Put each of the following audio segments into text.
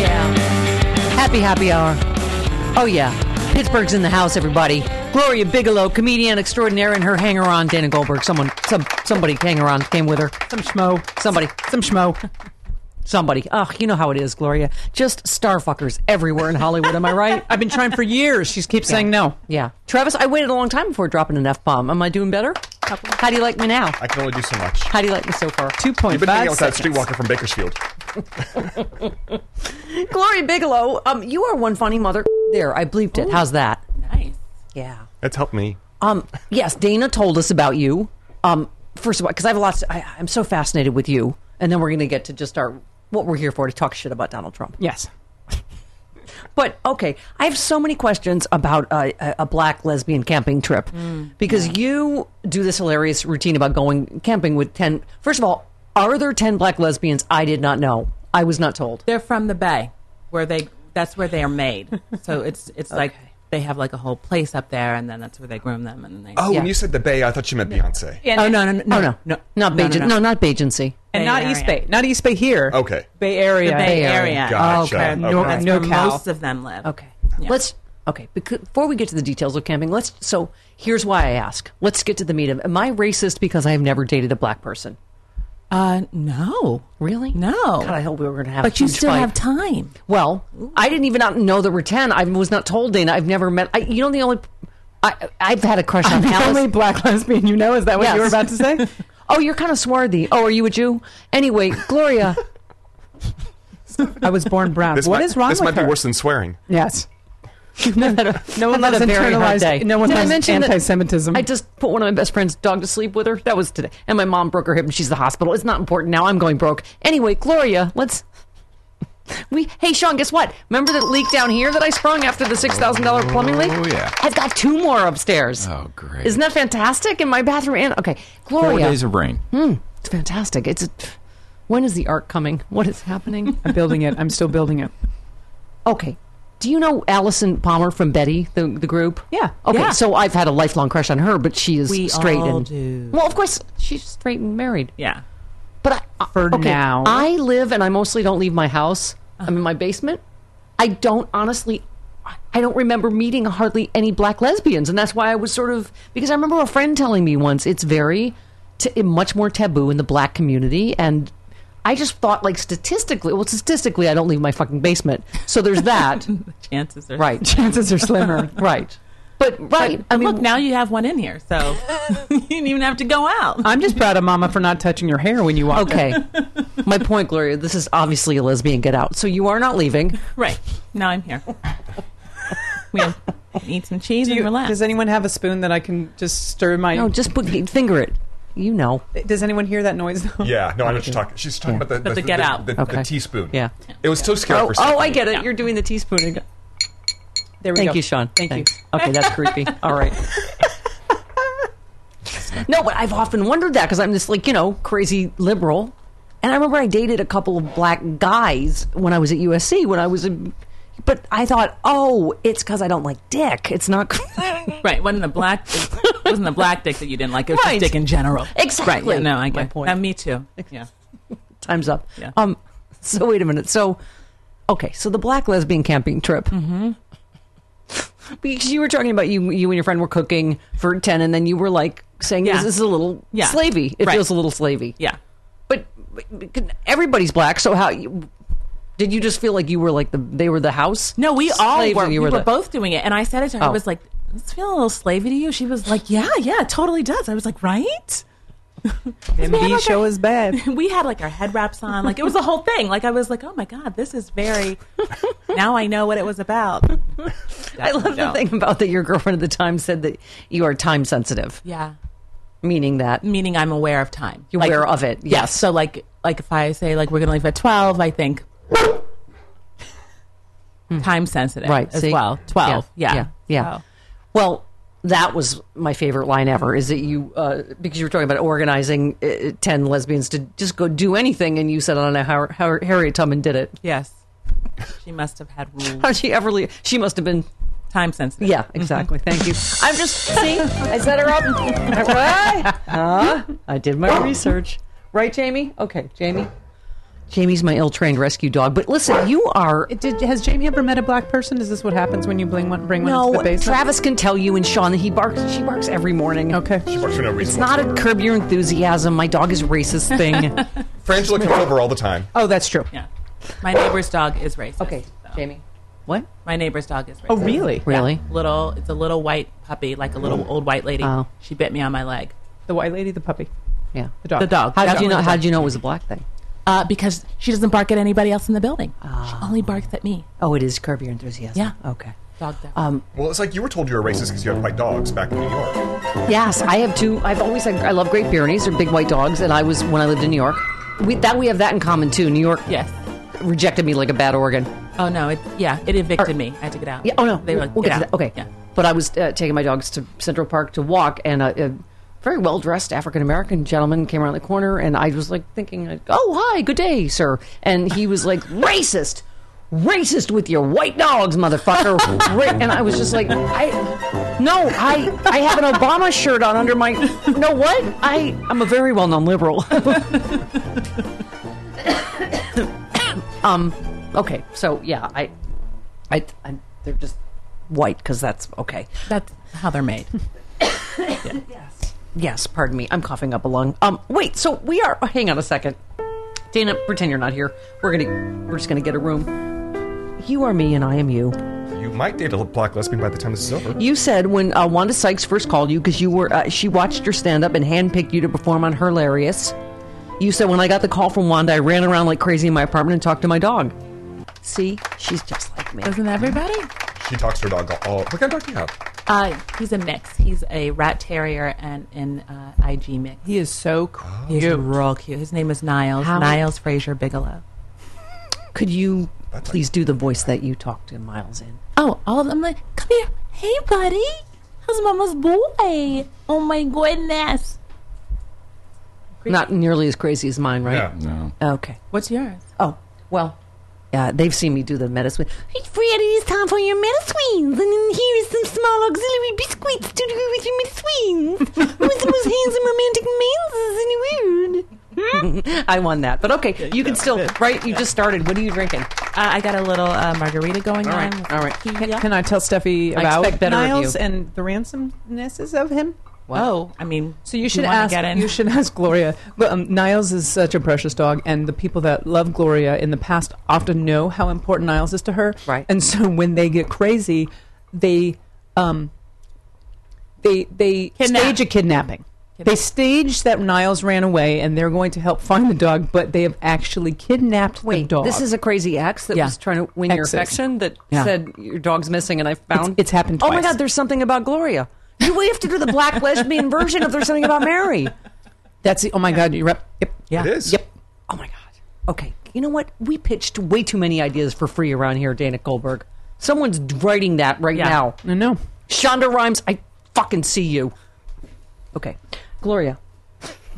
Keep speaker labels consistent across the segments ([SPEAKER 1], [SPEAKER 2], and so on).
[SPEAKER 1] Yeah. Happy, happy hour. Oh, yeah. Pittsburgh's in the house, everybody. Gloria Bigelow, comedian extraordinaire, and her hanger on, Dana Goldberg. Someone, some, somebody hanger on came with her. Some schmo. Somebody. Some schmo. Somebody. Oh, you know how it is, Gloria. Just starfuckers everywhere in Hollywood. Am I right?
[SPEAKER 2] I've been trying for years. She keeps saying no.
[SPEAKER 1] yeah. Travis, I waited a long time before dropping an F bomb. Am I doing better? How do you like me now?
[SPEAKER 3] I can only do so much.
[SPEAKER 1] How do you like me so far?
[SPEAKER 2] Two point
[SPEAKER 3] You've been
[SPEAKER 2] five
[SPEAKER 3] hanging out with that
[SPEAKER 2] seconds.
[SPEAKER 3] streetwalker from Bakersfield.
[SPEAKER 1] Gloria Bigelow, um, you are one funny mother. There, I bleeped it. How's that?
[SPEAKER 4] Nice.
[SPEAKER 1] Yeah.
[SPEAKER 3] That's helped me.
[SPEAKER 1] Um, yes, Dana told us about you. Um, first of all, because I have lots, I, I'm so fascinated with you, and then we're going to get to just our what we're here for to talk shit about Donald Trump.
[SPEAKER 2] Yes.
[SPEAKER 1] But okay, I have so many questions about uh, a, a black lesbian camping trip because you do this hilarious routine about going camping with ten. First of all, are there ten black lesbians? I did not know. I was not told.
[SPEAKER 4] They're from the Bay, where they that's where they are made. So it's it's like they have like a whole place up there, and then that's where they groom them, and then they.
[SPEAKER 3] Oh,
[SPEAKER 1] Yeah.
[SPEAKER 3] when you said the Bay, I thought you meant Beyonce.
[SPEAKER 4] oh no no no
[SPEAKER 1] Oh no, no, not Bajan- no, not Bajancy.
[SPEAKER 2] And
[SPEAKER 4] Bay
[SPEAKER 2] not
[SPEAKER 4] Area.
[SPEAKER 2] East Bay. Not East Bay here.
[SPEAKER 3] Okay.
[SPEAKER 2] Bay Area.
[SPEAKER 4] The Bay
[SPEAKER 1] Area.
[SPEAKER 4] Area.
[SPEAKER 3] Gotcha.
[SPEAKER 4] That's
[SPEAKER 3] Okay.
[SPEAKER 4] where-
[SPEAKER 3] No-
[SPEAKER 4] that's
[SPEAKER 2] no
[SPEAKER 4] where
[SPEAKER 2] cow.
[SPEAKER 4] most of them live.
[SPEAKER 1] Okay. Let's okay. Because before we get to the details of camping, let's. So here's why I ask. Let's get to the meat of. Am I racist because I have never dated a black person?
[SPEAKER 4] Uh, no,
[SPEAKER 1] Really?
[SPEAKER 4] no.
[SPEAKER 1] God, I hope we were going to have. a
[SPEAKER 4] But you
[SPEAKER 1] huge
[SPEAKER 4] still
[SPEAKER 1] fight.
[SPEAKER 4] have time.
[SPEAKER 1] Well, I didn't even not know there were ten. I was not told, Dana. I've never met. I, you know, the only. I, I've had a crush on
[SPEAKER 2] The
[SPEAKER 1] Alice.
[SPEAKER 2] only black lesbian you know. Is that what you were
[SPEAKER 1] Yes.
[SPEAKER 2] about to say?
[SPEAKER 1] Oh, you're kind of swarthy. Oh, are you a Jew? Anyway, Gloria.
[SPEAKER 2] I was born brown. What
[SPEAKER 3] This
[SPEAKER 2] is
[SPEAKER 3] might,
[SPEAKER 2] wrong
[SPEAKER 3] This
[SPEAKER 2] with
[SPEAKER 3] might
[SPEAKER 2] her?
[SPEAKER 3] be worse than swearing.
[SPEAKER 2] Yes.
[SPEAKER 1] no, no
[SPEAKER 2] one loves internalized- no one loves anti-Semitism.
[SPEAKER 1] I just put one of my best friend's dog to sleep with her. That was today, and my mom broke her hip, and she's in the hospital. It's not important now. I'm going broke anyway. Gloria, let's. We hey Sean, guess what? Remember that leak down here that I sprung after the six thousand dollar plumbing leak?
[SPEAKER 5] Oh, yeah.
[SPEAKER 1] I've got two more upstairs.
[SPEAKER 5] Oh, great.
[SPEAKER 1] Isn't that fantastic? In my bathroom and okay,
[SPEAKER 5] Four
[SPEAKER 1] Gloria,
[SPEAKER 5] days of rain.
[SPEAKER 1] it's fantastic. It's a, when is the arc coming? What is happening?
[SPEAKER 2] I'm building it. I'm still building it.
[SPEAKER 1] Okay. Do you know Allison Palmer from Betty, the, the group?
[SPEAKER 2] Yeah.
[SPEAKER 1] Okay.
[SPEAKER 2] Yeah.
[SPEAKER 1] So I've had a lifelong crush on her, but she is
[SPEAKER 4] We
[SPEAKER 1] straight
[SPEAKER 4] all
[SPEAKER 1] and
[SPEAKER 4] do.
[SPEAKER 1] well, of course she's straight and married.
[SPEAKER 4] Yeah.
[SPEAKER 1] But I, I-
[SPEAKER 2] For
[SPEAKER 1] okay,
[SPEAKER 2] now.
[SPEAKER 1] I live and I mostly don't leave my house. I'm in my basement. I don't honestly. I don't remember meeting hardly any black lesbians, and that's why I was sort of because I remember a friend telling me once it's very t- much more taboo in the black community and. I just thought, like statistically, well, statistically, I don't leave my fucking basement, so there's that,
[SPEAKER 4] Chances are
[SPEAKER 1] right?
[SPEAKER 2] Chances are slimmer.
[SPEAKER 1] Right. But right, I mean,
[SPEAKER 4] Look, now you have one in here, so you didn't even have to go out.
[SPEAKER 2] I'm just proud of Mama for not touching your hair when you walk.
[SPEAKER 1] okay. My point, Gloria, this is obviously a lesbian get out. So you are not leaving.
[SPEAKER 4] Right. Now I'm here. we have, eat some cheese
[SPEAKER 2] Do
[SPEAKER 4] and
[SPEAKER 2] you-
[SPEAKER 4] relax.
[SPEAKER 2] does anyone have a spoon that I can just stir my?
[SPEAKER 1] No, just put, finger it. You know.
[SPEAKER 2] does anyone hear that noise? Though?
[SPEAKER 3] Yeah, no, I know what you're talking. She's talking about the,
[SPEAKER 4] But the get out.
[SPEAKER 3] the,
[SPEAKER 1] Okay.
[SPEAKER 3] the teaspoon.
[SPEAKER 1] Yeah.
[SPEAKER 3] it was so scary.
[SPEAKER 1] Oh,
[SPEAKER 3] for a
[SPEAKER 1] oh,
[SPEAKER 3] second.
[SPEAKER 1] I get it.
[SPEAKER 4] Yeah.
[SPEAKER 1] You're doing the teaspoon. again.
[SPEAKER 2] There we
[SPEAKER 1] Thank
[SPEAKER 2] go.
[SPEAKER 1] you, Sean.
[SPEAKER 2] Thank
[SPEAKER 1] Thanks.
[SPEAKER 2] you.
[SPEAKER 1] Okay, that's creepy. All right. No, but I've often wondered that because I'm this like you know crazy liberal, and I remember I dated a couple of black guys when I was at USC when I was a But I thought, oh, it's because I don't like dick. It's not.
[SPEAKER 4] Right. Wasn't the black it wasn't the black dick that you didn't like, it was
[SPEAKER 1] Right.
[SPEAKER 4] just dick in general.
[SPEAKER 1] Exactly.
[SPEAKER 4] Right, yeah, no, I get
[SPEAKER 1] My point.
[SPEAKER 4] Uh, me too. Yeah.
[SPEAKER 1] Time's up.
[SPEAKER 4] Yeah.
[SPEAKER 1] Um. So wait a minute. So, okay. So the black lesbian camping trip. Mm-hmm. Because you were talking about you, you and your friend were cooking for ten, and then you were like saying,
[SPEAKER 4] Yeah.
[SPEAKER 1] "This is a little
[SPEAKER 4] Yeah.
[SPEAKER 1] slavey. It
[SPEAKER 4] Right.
[SPEAKER 1] feels a little slavey."
[SPEAKER 4] Yeah.
[SPEAKER 1] But, but- but everybody's black, so how you, did you just feel like you were like the they were the house?
[SPEAKER 4] No, we all
[SPEAKER 1] slaves
[SPEAKER 4] were.
[SPEAKER 1] and
[SPEAKER 4] We
[SPEAKER 1] you
[SPEAKER 4] were
[SPEAKER 1] the-
[SPEAKER 4] both doing it. And I said it to her. I
[SPEAKER 1] Oh.
[SPEAKER 4] was like, does this feel a little slavey to you? She was like, yeah, yeah, it totally does. I was like, right?
[SPEAKER 2] MB show is bad.
[SPEAKER 4] we had like our head wraps on. Like it was the whole thing. Like I was like, oh my God, this is very, now I know what it was about.
[SPEAKER 1] I love the thing about that your girlfriend at the time said that you are time sensitive,
[SPEAKER 4] Yeah.
[SPEAKER 1] meaning that
[SPEAKER 4] Meaning I'm aware of time.
[SPEAKER 1] You're aware of it,
[SPEAKER 4] Yeah.
[SPEAKER 1] yes.
[SPEAKER 4] So like, like if I say like, we're going to leave at 12, I think time sensitive
[SPEAKER 1] Hmm. Right,
[SPEAKER 4] as
[SPEAKER 1] see?
[SPEAKER 4] well. 12.
[SPEAKER 1] Yeah,
[SPEAKER 4] Yeah. Oh,
[SPEAKER 1] yeah, yeah.
[SPEAKER 4] So-
[SPEAKER 1] Well, that was my favorite line ever. Is that you? Uh, because you were talking about organizing uh, ten lesbians to just go do anything, and you said, "I don't know how, how Harriet Tubman did it.
[SPEAKER 4] Yes. She must have had rules.
[SPEAKER 1] How did she ever? leave? She must have been."
[SPEAKER 4] Time sensitive.
[SPEAKER 1] Yeah,
[SPEAKER 2] Mm-hmm.
[SPEAKER 1] exactly. Thank you. I'm just see. I set her up. Right? Huh? I did my research. Right, Jamie? Okay, Jamie. Jamie's my ill-trained rescue dog. But listen, you are
[SPEAKER 2] Did, has Jamie ever met a black person? Is this what happens when you bring one, bring one into the
[SPEAKER 1] no.
[SPEAKER 2] basement?
[SPEAKER 1] Travis can tell you and Sean that he barks. She barks every morning.
[SPEAKER 2] Okay.
[SPEAKER 3] She works for no reason.
[SPEAKER 1] It's not a
[SPEAKER 3] whatsoever.
[SPEAKER 1] curb your enthusiasm. My dog is racist thing.
[SPEAKER 3] Frangela comes over all the time.
[SPEAKER 2] Oh, that's true.
[SPEAKER 4] Yeah. My neighbor's dog is racist.
[SPEAKER 1] okay,
[SPEAKER 4] so.
[SPEAKER 1] Jamie. What?
[SPEAKER 4] My neighbor's dog is racist.
[SPEAKER 2] Oh, really?
[SPEAKER 1] Really?
[SPEAKER 4] Little, it's a little white puppy, like a little old white lady.
[SPEAKER 1] Oh.
[SPEAKER 4] She bit me on my leg.
[SPEAKER 2] The white lady, the puppy,
[SPEAKER 1] Yeah.
[SPEAKER 2] the dog.
[SPEAKER 4] The dog.
[SPEAKER 1] How did you
[SPEAKER 4] Definitely
[SPEAKER 1] know?
[SPEAKER 4] the
[SPEAKER 1] How
[SPEAKER 4] dog.
[SPEAKER 1] did you know it was a black thing?
[SPEAKER 4] Uh, because she doesn't bark at anybody else in the building. She
[SPEAKER 1] Ah.
[SPEAKER 4] only barks at me.
[SPEAKER 1] Oh, it is curb your enthusiasm.
[SPEAKER 4] Yeah.
[SPEAKER 1] Okay.
[SPEAKER 4] Dog definitely.
[SPEAKER 3] Well, it's like you were told you were racist because you had white dogs back in New York.
[SPEAKER 1] Yes, I have two. I've always had. I love Great Pyrenees. They're big white dogs, and I was when I lived in New York. We, that we have that in common too. New York
[SPEAKER 4] yes.
[SPEAKER 1] rejected me like a bad organ.
[SPEAKER 4] Oh no. It, yeah. It evicted me. I had to get out.
[SPEAKER 1] Yeah. Oh no.
[SPEAKER 4] They were like,
[SPEAKER 1] We'll
[SPEAKER 4] get
[SPEAKER 1] get to
[SPEAKER 4] out.
[SPEAKER 1] that. Okay.
[SPEAKER 4] Yeah.
[SPEAKER 1] But I was uh, taking my dogs to Central Park to walk, and a, a very well dressed African American gentleman came around the corner, and I was like thinking, like, "Oh, hi, good day, sir," and he was like, "Racist." Racist with your white dogs, motherfucker! Ra-" and I was just like, I no, I I have an Obama shirt on under my. No, what? I I'm a very well known liberal. um, okay, so yeah, I I, I they're just white because that's okay.
[SPEAKER 4] That's how they're made.
[SPEAKER 1] Yes, pardon me. I'm coughing up a lung. Um, wait. So we are. Hang on a second, Dana. Pretend you're not here. We're gonna. We're just gonna get a room. You are me, and I am you.
[SPEAKER 3] You might date a black lesbian by the time this is over.
[SPEAKER 1] You said when uh, Wanda Sykes first called you because you were uh, she watched your stand up and handpicked you to perform on Hilarious. You said when I got the call from Wanda, I ran around like crazy in my apartment and talked to my dog. See, she's just like me.
[SPEAKER 4] Isn't everybody?
[SPEAKER 3] She talks to her dog all. What kind of dog do you have?
[SPEAKER 4] Uh, he's a mix. He's a rat terrier and an uh, IG mix.
[SPEAKER 2] He is so cool.
[SPEAKER 4] He's real cute. His name is Niles.
[SPEAKER 1] How-
[SPEAKER 4] Niles Frazier Bigelow.
[SPEAKER 1] Could you
[SPEAKER 3] That's like-
[SPEAKER 1] please do the voice that you talked to Miles in?
[SPEAKER 4] Oh, all of them like, come here. Hey, buddy. How's mama's boy? Oh my goodness.
[SPEAKER 1] Not nearly as crazy as mine, right?
[SPEAKER 5] No.
[SPEAKER 1] Okay.
[SPEAKER 4] What's yours?
[SPEAKER 1] Oh, well, yeah, they've seen me do the medicine. Hey, Fred, it is time for your medicines, and then here is some small auxiliary biscuits to do with your medicines. Who is the most handsome romantic man in the world?
[SPEAKER 2] Hmm?
[SPEAKER 1] I won that, but okay, you can still, right? You just started. What are you drinking?
[SPEAKER 4] Uh, I got a little uh, margarita going
[SPEAKER 1] All
[SPEAKER 4] on.
[SPEAKER 1] right, all right.
[SPEAKER 4] Can,
[SPEAKER 2] Can I tell Steffi about
[SPEAKER 1] expect better of
[SPEAKER 2] Niles
[SPEAKER 1] you.
[SPEAKER 2] and the ransomnesses of him?
[SPEAKER 4] oh, I mean,
[SPEAKER 2] So you should
[SPEAKER 4] wanna
[SPEAKER 2] ask.
[SPEAKER 4] Get in?
[SPEAKER 2] You should ask Gloria. But um, Niles is such a precious dog, and the people that love Gloria in the past often know how important Niles is to her.
[SPEAKER 1] Right.
[SPEAKER 2] And so when they get crazy, they um, they they
[SPEAKER 4] Kidnap.
[SPEAKER 2] stage a kidnapping. They stage that Niles ran away, and they're going to help find the dog, but they have actually kidnapped the dog.
[SPEAKER 1] this is a crazy ex that
[SPEAKER 2] Yeah.
[SPEAKER 1] was trying to win
[SPEAKER 2] Exes.
[SPEAKER 1] your affection that
[SPEAKER 2] Yeah.
[SPEAKER 1] said your dog's missing, and I found
[SPEAKER 2] it's happened
[SPEAKER 1] Oh my
[SPEAKER 2] twice.
[SPEAKER 1] God, there's something about Gloria. You we have to do the black lesbian version of there's something about Mary.
[SPEAKER 2] that's the, oh my god. You're up. Yep. Yeah.
[SPEAKER 3] It is.
[SPEAKER 2] Yep.
[SPEAKER 1] Oh my God. Okay. You know what? We pitched way too many ideas for free around here, Dana Goldberg. Someone's writing that right
[SPEAKER 4] Yeah.
[SPEAKER 1] now.
[SPEAKER 2] No. No.
[SPEAKER 1] Shonda Rhimes, I fucking see you. Okay. Gloria.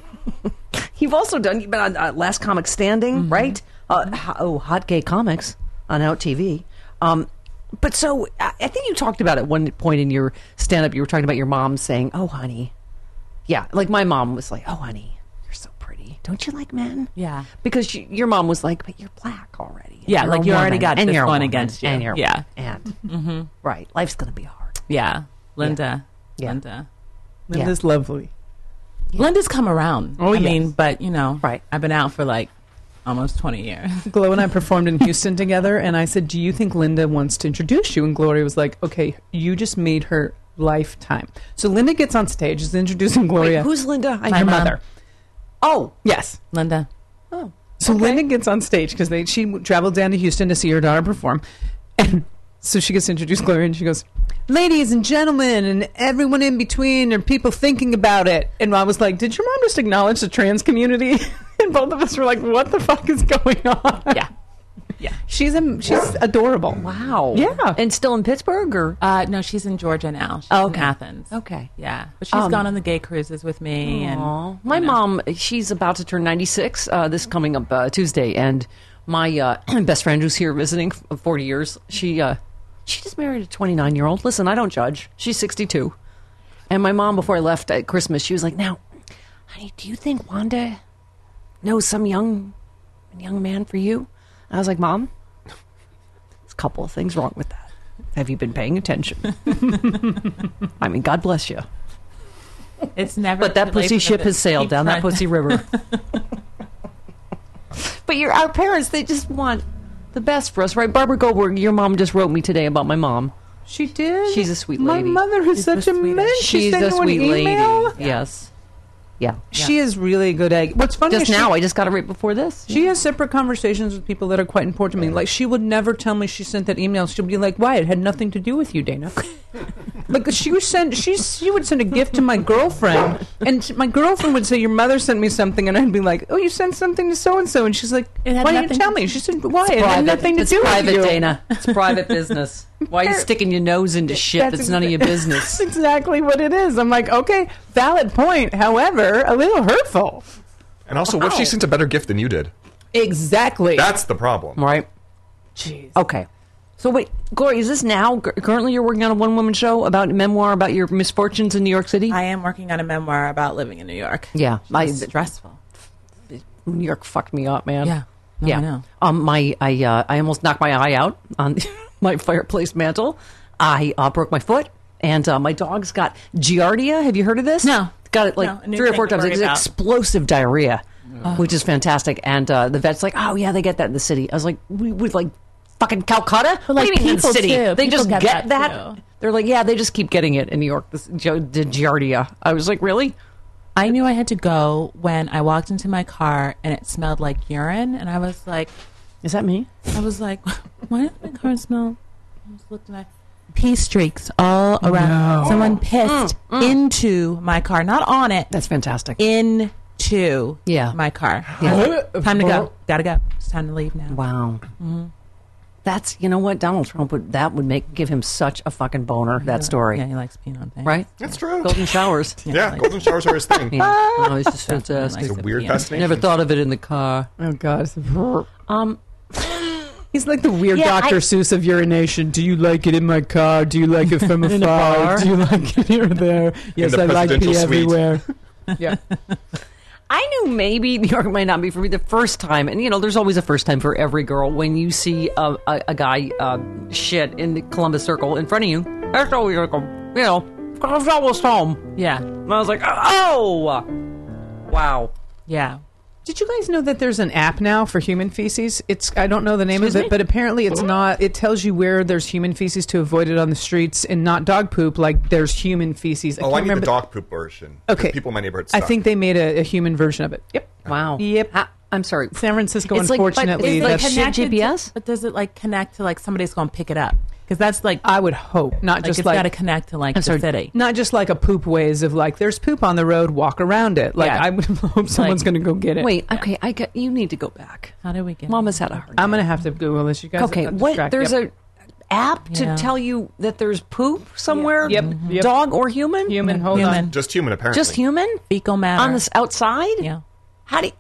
[SPEAKER 1] You've also done, you've been
[SPEAKER 4] Mm-hmm.
[SPEAKER 1] on uh, Last Comic Standing, right? Uh, ho- oh, Hot Gay Comics on Out TV. Um, but so I, I think you talked about at one point in your stand up, you were talking about your mom saying, Oh, honey. Yeah. Like my mom was like, Oh, honey, you're so pretty. Don't you like men?
[SPEAKER 4] Yeah.
[SPEAKER 1] Because she, your mom was like, But you're black already. and
[SPEAKER 4] Yeah,
[SPEAKER 1] you're
[SPEAKER 4] like
[SPEAKER 1] a
[SPEAKER 4] you already
[SPEAKER 1] woman,
[SPEAKER 4] got
[SPEAKER 1] and
[SPEAKER 4] this
[SPEAKER 1] you're a
[SPEAKER 4] one
[SPEAKER 1] woman,
[SPEAKER 4] against you."
[SPEAKER 1] And you're,
[SPEAKER 4] Yeah. Mm-hmm.
[SPEAKER 1] And, right. Life's going to be hard.
[SPEAKER 4] Yeah. Linda. Linda.
[SPEAKER 2] Linda's lovely.
[SPEAKER 4] Linda's come around.
[SPEAKER 2] Oh,
[SPEAKER 4] I
[SPEAKER 2] yes.
[SPEAKER 4] mean, but you know,
[SPEAKER 1] Right.
[SPEAKER 4] I've been out for like almost 20 years.
[SPEAKER 2] Glow and I performed in Houston together, and I said, "Do you think Linda wants to introduce you?" And Gloria was like, "Okay, you just made her lifetime." So Linda gets on stage, is introducing Gloria.
[SPEAKER 1] Who's Linda? I
[SPEAKER 2] her
[SPEAKER 4] mom.
[SPEAKER 2] mother? Oh, yes.
[SPEAKER 4] Linda.
[SPEAKER 2] So Linda gets on stage because they she w- traveled down to Houston to see her daughter perform, and so she gets to introduce Gloria, and she goes, "Ladies and gentlemen, and everyone in between, and people thinking about it." And I was like, "Did your mom just acknowledge the trans community?" and both of us were like, "What the fuck is going on?"
[SPEAKER 1] Yeah.
[SPEAKER 2] she's a, she's adorable.
[SPEAKER 1] Wow.
[SPEAKER 2] Yeah.
[SPEAKER 1] And still in Pittsburgh or?
[SPEAKER 4] Uh, no, she's in Georgia now. She's
[SPEAKER 1] Oh, Okay.
[SPEAKER 4] in Athens.
[SPEAKER 1] Okay. Um,
[SPEAKER 4] Yeah. But she's gone on the gay cruises with
[SPEAKER 1] Aw.
[SPEAKER 4] me. And
[SPEAKER 1] My
[SPEAKER 4] you know.
[SPEAKER 1] mom, she's about to turn 96 uh, this coming up uh, Tuesday. And my uh, best friend who's here visiting for 40 years, she, uh, she just married a 29 year old. Listen, I don't judge. She's 62. And my mom, before I left at Christmas, she was like, Now, honey, do you think Wanda knows some young, young man for you? And I was like, Mom, there's a couple of things wrong with that. Have you been paying attention? I mean, God bless you.
[SPEAKER 4] It's never.
[SPEAKER 1] But that
[SPEAKER 4] too late
[SPEAKER 1] pussy
[SPEAKER 4] for
[SPEAKER 1] ship
[SPEAKER 4] them to
[SPEAKER 1] has sailed
[SPEAKER 4] keep
[SPEAKER 1] down that
[SPEAKER 4] trying-
[SPEAKER 1] pussy river. but your our parents, they just want the best for us, right? Barbara Goldberg, your mom just wrote me today about my mom.
[SPEAKER 2] She did.
[SPEAKER 1] She's a sweet
[SPEAKER 2] My
[SPEAKER 1] lady.
[SPEAKER 2] mother is such a mensch. She
[SPEAKER 1] She's
[SPEAKER 2] sent
[SPEAKER 1] a
[SPEAKER 2] you an
[SPEAKER 1] sweet lady.
[SPEAKER 2] email.
[SPEAKER 1] Yes. Yeah.
[SPEAKER 2] She is really good at. What's funny
[SPEAKER 1] Just
[SPEAKER 2] is she-
[SPEAKER 1] now, I just got it right before this.
[SPEAKER 2] She has separate conversations with people that are quite important to me. Like she would never tell me she sent that email. She'll be like, "Why? It had nothing to do with you, Dana." like she would send, she she would send a gift to my girlfriend, and she- my girlfriend would say, "Your mother sent me something," and I'd be like, "Oh, you sent something to so and so," and she's like,
[SPEAKER 4] It had
[SPEAKER 2] "Why didn't you
[SPEAKER 4] nothing
[SPEAKER 2] tell
[SPEAKER 4] to-
[SPEAKER 2] me?" She said, "Why? It had nothing to
[SPEAKER 1] it's
[SPEAKER 2] do
[SPEAKER 1] private,
[SPEAKER 2] with you."
[SPEAKER 1] Dana. It's private business. Why are you sticking your nose into shit that's,
[SPEAKER 2] That's
[SPEAKER 1] none of your
[SPEAKER 2] exa-
[SPEAKER 1] business?
[SPEAKER 2] That's exactly what it is. I'm like, okay, valid point. However, a little hurtful.
[SPEAKER 3] And also, what if she sent a better gift than you did?
[SPEAKER 2] Exactly.
[SPEAKER 3] That's the problem.
[SPEAKER 1] right?
[SPEAKER 2] Jeez.
[SPEAKER 1] Okay. So wait, Gloria, is this now? Cur- Currently, you're working on a one-woman show about memoir about your misfortunes in New York City.
[SPEAKER 4] I am working on a memoir about living in New York.
[SPEAKER 1] Yeah, I-
[SPEAKER 4] It's stressful.
[SPEAKER 1] New York fucked me up, man.
[SPEAKER 4] Yeah. No, I
[SPEAKER 1] yeah.
[SPEAKER 4] know.
[SPEAKER 1] Um, my I uh, I almost knocked my eye out on my fireplace mantle. I uh, broke my foot, and uh, my dog's got giardia. Have you heard of this?
[SPEAKER 4] No.
[SPEAKER 1] Got it like
[SPEAKER 4] No, a new
[SPEAKER 1] three or
[SPEAKER 4] thing
[SPEAKER 1] four
[SPEAKER 4] to
[SPEAKER 1] times.
[SPEAKER 4] worry
[SPEAKER 1] It's
[SPEAKER 4] about.
[SPEAKER 1] explosive diarrhea,
[SPEAKER 4] Oh.
[SPEAKER 1] which is fantastic. And uh, the vet's like, "Oh yeah, they get that in the city." I was like, "We would like." Fucking Calcutta?
[SPEAKER 4] But,
[SPEAKER 1] what
[SPEAKER 4] like,
[SPEAKER 1] do you mean in the
[SPEAKER 4] people,
[SPEAKER 1] city?
[SPEAKER 4] too.
[SPEAKER 1] They
[SPEAKER 4] People
[SPEAKER 1] just
[SPEAKER 4] get
[SPEAKER 1] get
[SPEAKER 4] that,
[SPEAKER 1] that?
[SPEAKER 4] too.
[SPEAKER 1] They're like, yeah, they just keep getting it in New York. This gi- the giardia. I was like, really?
[SPEAKER 4] I knew I had to go when I walked into my car and it smelled like urine, and I was like,
[SPEAKER 1] Is that me?
[SPEAKER 4] I was like, why does my car smell? I just looked and I pee streaks all around. Someone
[SPEAKER 2] Mm,
[SPEAKER 4] pissed into my car, not on it,
[SPEAKER 1] That's fantastic.
[SPEAKER 4] into
[SPEAKER 1] Yeah.
[SPEAKER 4] my car.
[SPEAKER 1] Yeah.
[SPEAKER 4] Time to go. Gotta go. It's time to leave now.
[SPEAKER 1] Wow. That's you know what Donald Trump would that would make give him such a fucking boner that story,
[SPEAKER 4] Yeah, he likes peeing on things.
[SPEAKER 1] right?
[SPEAKER 3] That's true.
[SPEAKER 1] Golden showers.
[SPEAKER 3] yeah,
[SPEAKER 4] like-
[SPEAKER 3] golden showers are his thing.
[SPEAKER 1] Yeah. Oh, it's just
[SPEAKER 4] He
[SPEAKER 1] fantastic.
[SPEAKER 4] likes
[SPEAKER 3] It's a
[SPEAKER 4] to
[SPEAKER 3] weird
[SPEAKER 4] pee on-
[SPEAKER 3] fascination.
[SPEAKER 1] Never thought of it in the car.
[SPEAKER 2] Oh God.
[SPEAKER 1] Um,
[SPEAKER 2] He's like the weird
[SPEAKER 1] Yeah,
[SPEAKER 2] Dr.
[SPEAKER 1] I-
[SPEAKER 2] Seuss of urination. Do you like it in my car? Do you like it from
[SPEAKER 1] In a bar?
[SPEAKER 2] afar? Do you like it here or there? Yes,
[SPEAKER 3] the
[SPEAKER 2] I like pee
[SPEAKER 3] presidential suite.
[SPEAKER 2] everywhere. yeah.
[SPEAKER 1] I knew maybe New York might not be for me the first time, and you know, there's always a first time for every girl when you see a, a, a guy uh, shit in the Columbus Circle in front of you. That's always like a, you know, 'cause I was almost home,
[SPEAKER 4] Yeah.
[SPEAKER 1] and I was like, oh, wow.
[SPEAKER 4] Yeah.
[SPEAKER 2] Did you guys know that there's an app now for human feces? It's I don't know the name
[SPEAKER 1] Excuse
[SPEAKER 2] of it,
[SPEAKER 1] me?
[SPEAKER 2] but apparently it's not. It tells you where there's human feces to avoid it on the streets, and not dog poop. Like there's human feces. I
[SPEAKER 3] Oh,
[SPEAKER 2] can't
[SPEAKER 3] I need the
[SPEAKER 2] remember.
[SPEAKER 3] dog poop version.
[SPEAKER 2] Okay.
[SPEAKER 3] People in my neighborhood
[SPEAKER 2] I
[SPEAKER 3] suck.
[SPEAKER 2] think they made a, a human version of it. Yep.
[SPEAKER 1] Wow.
[SPEAKER 2] Yep.
[SPEAKER 1] I, am sorry.
[SPEAKER 2] San Francisco,
[SPEAKER 1] It's like- but
[SPEAKER 2] unfortunately,
[SPEAKER 1] it's like
[SPEAKER 2] that's-
[SPEAKER 1] connect-
[SPEAKER 4] Connected to-
[SPEAKER 1] GPS?
[SPEAKER 4] but does it like connect to like somebody's gonna pick it up? Because that's like,
[SPEAKER 2] I would hope not
[SPEAKER 4] like
[SPEAKER 2] just
[SPEAKER 4] it's
[SPEAKER 2] like
[SPEAKER 4] gotta connect to like the
[SPEAKER 1] sorry.
[SPEAKER 4] city.
[SPEAKER 2] not just like a poop ways of like there's poop on the road walk around it like
[SPEAKER 4] Yeah.
[SPEAKER 2] i would hope someone's
[SPEAKER 4] Like-
[SPEAKER 2] gonna go get it
[SPEAKER 1] Wait, okay, I get you need to go back.
[SPEAKER 2] Um,
[SPEAKER 4] How do we get
[SPEAKER 1] Mama's had a hard
[SPEAKER 2] i'm gonna have to google this you guys
[SPEAKER 1] Okay,
[SPEAKER 2] I'm
[SPEAKER 1] what
[SPEAKER 2] distracted.
[SPEAKER 1] there's
[SPEAKER 2] Yep.
[SPEAKER 1] a app to
[SPEAKER 4] Yeah.
[SPEAKER 1] tell you that there's poop somewhere? Mm-hmm.
[SPEAKER 2] Yep, Mhm. yep.
[SPEAKER 1] Dog or human?
[SPEAKER 2] human hold
[SPEAKER 4] Human.
[SPEAKER 2] on
[SPEAKER 3] Just human, apparently.
[SPEAKER 1] Just human?
[SPEAKER 4] fecal matter?
[SPEAKER 1] On this outside?
[SPEAKER 4] Yeah.
[SPEAKER 1] How do you,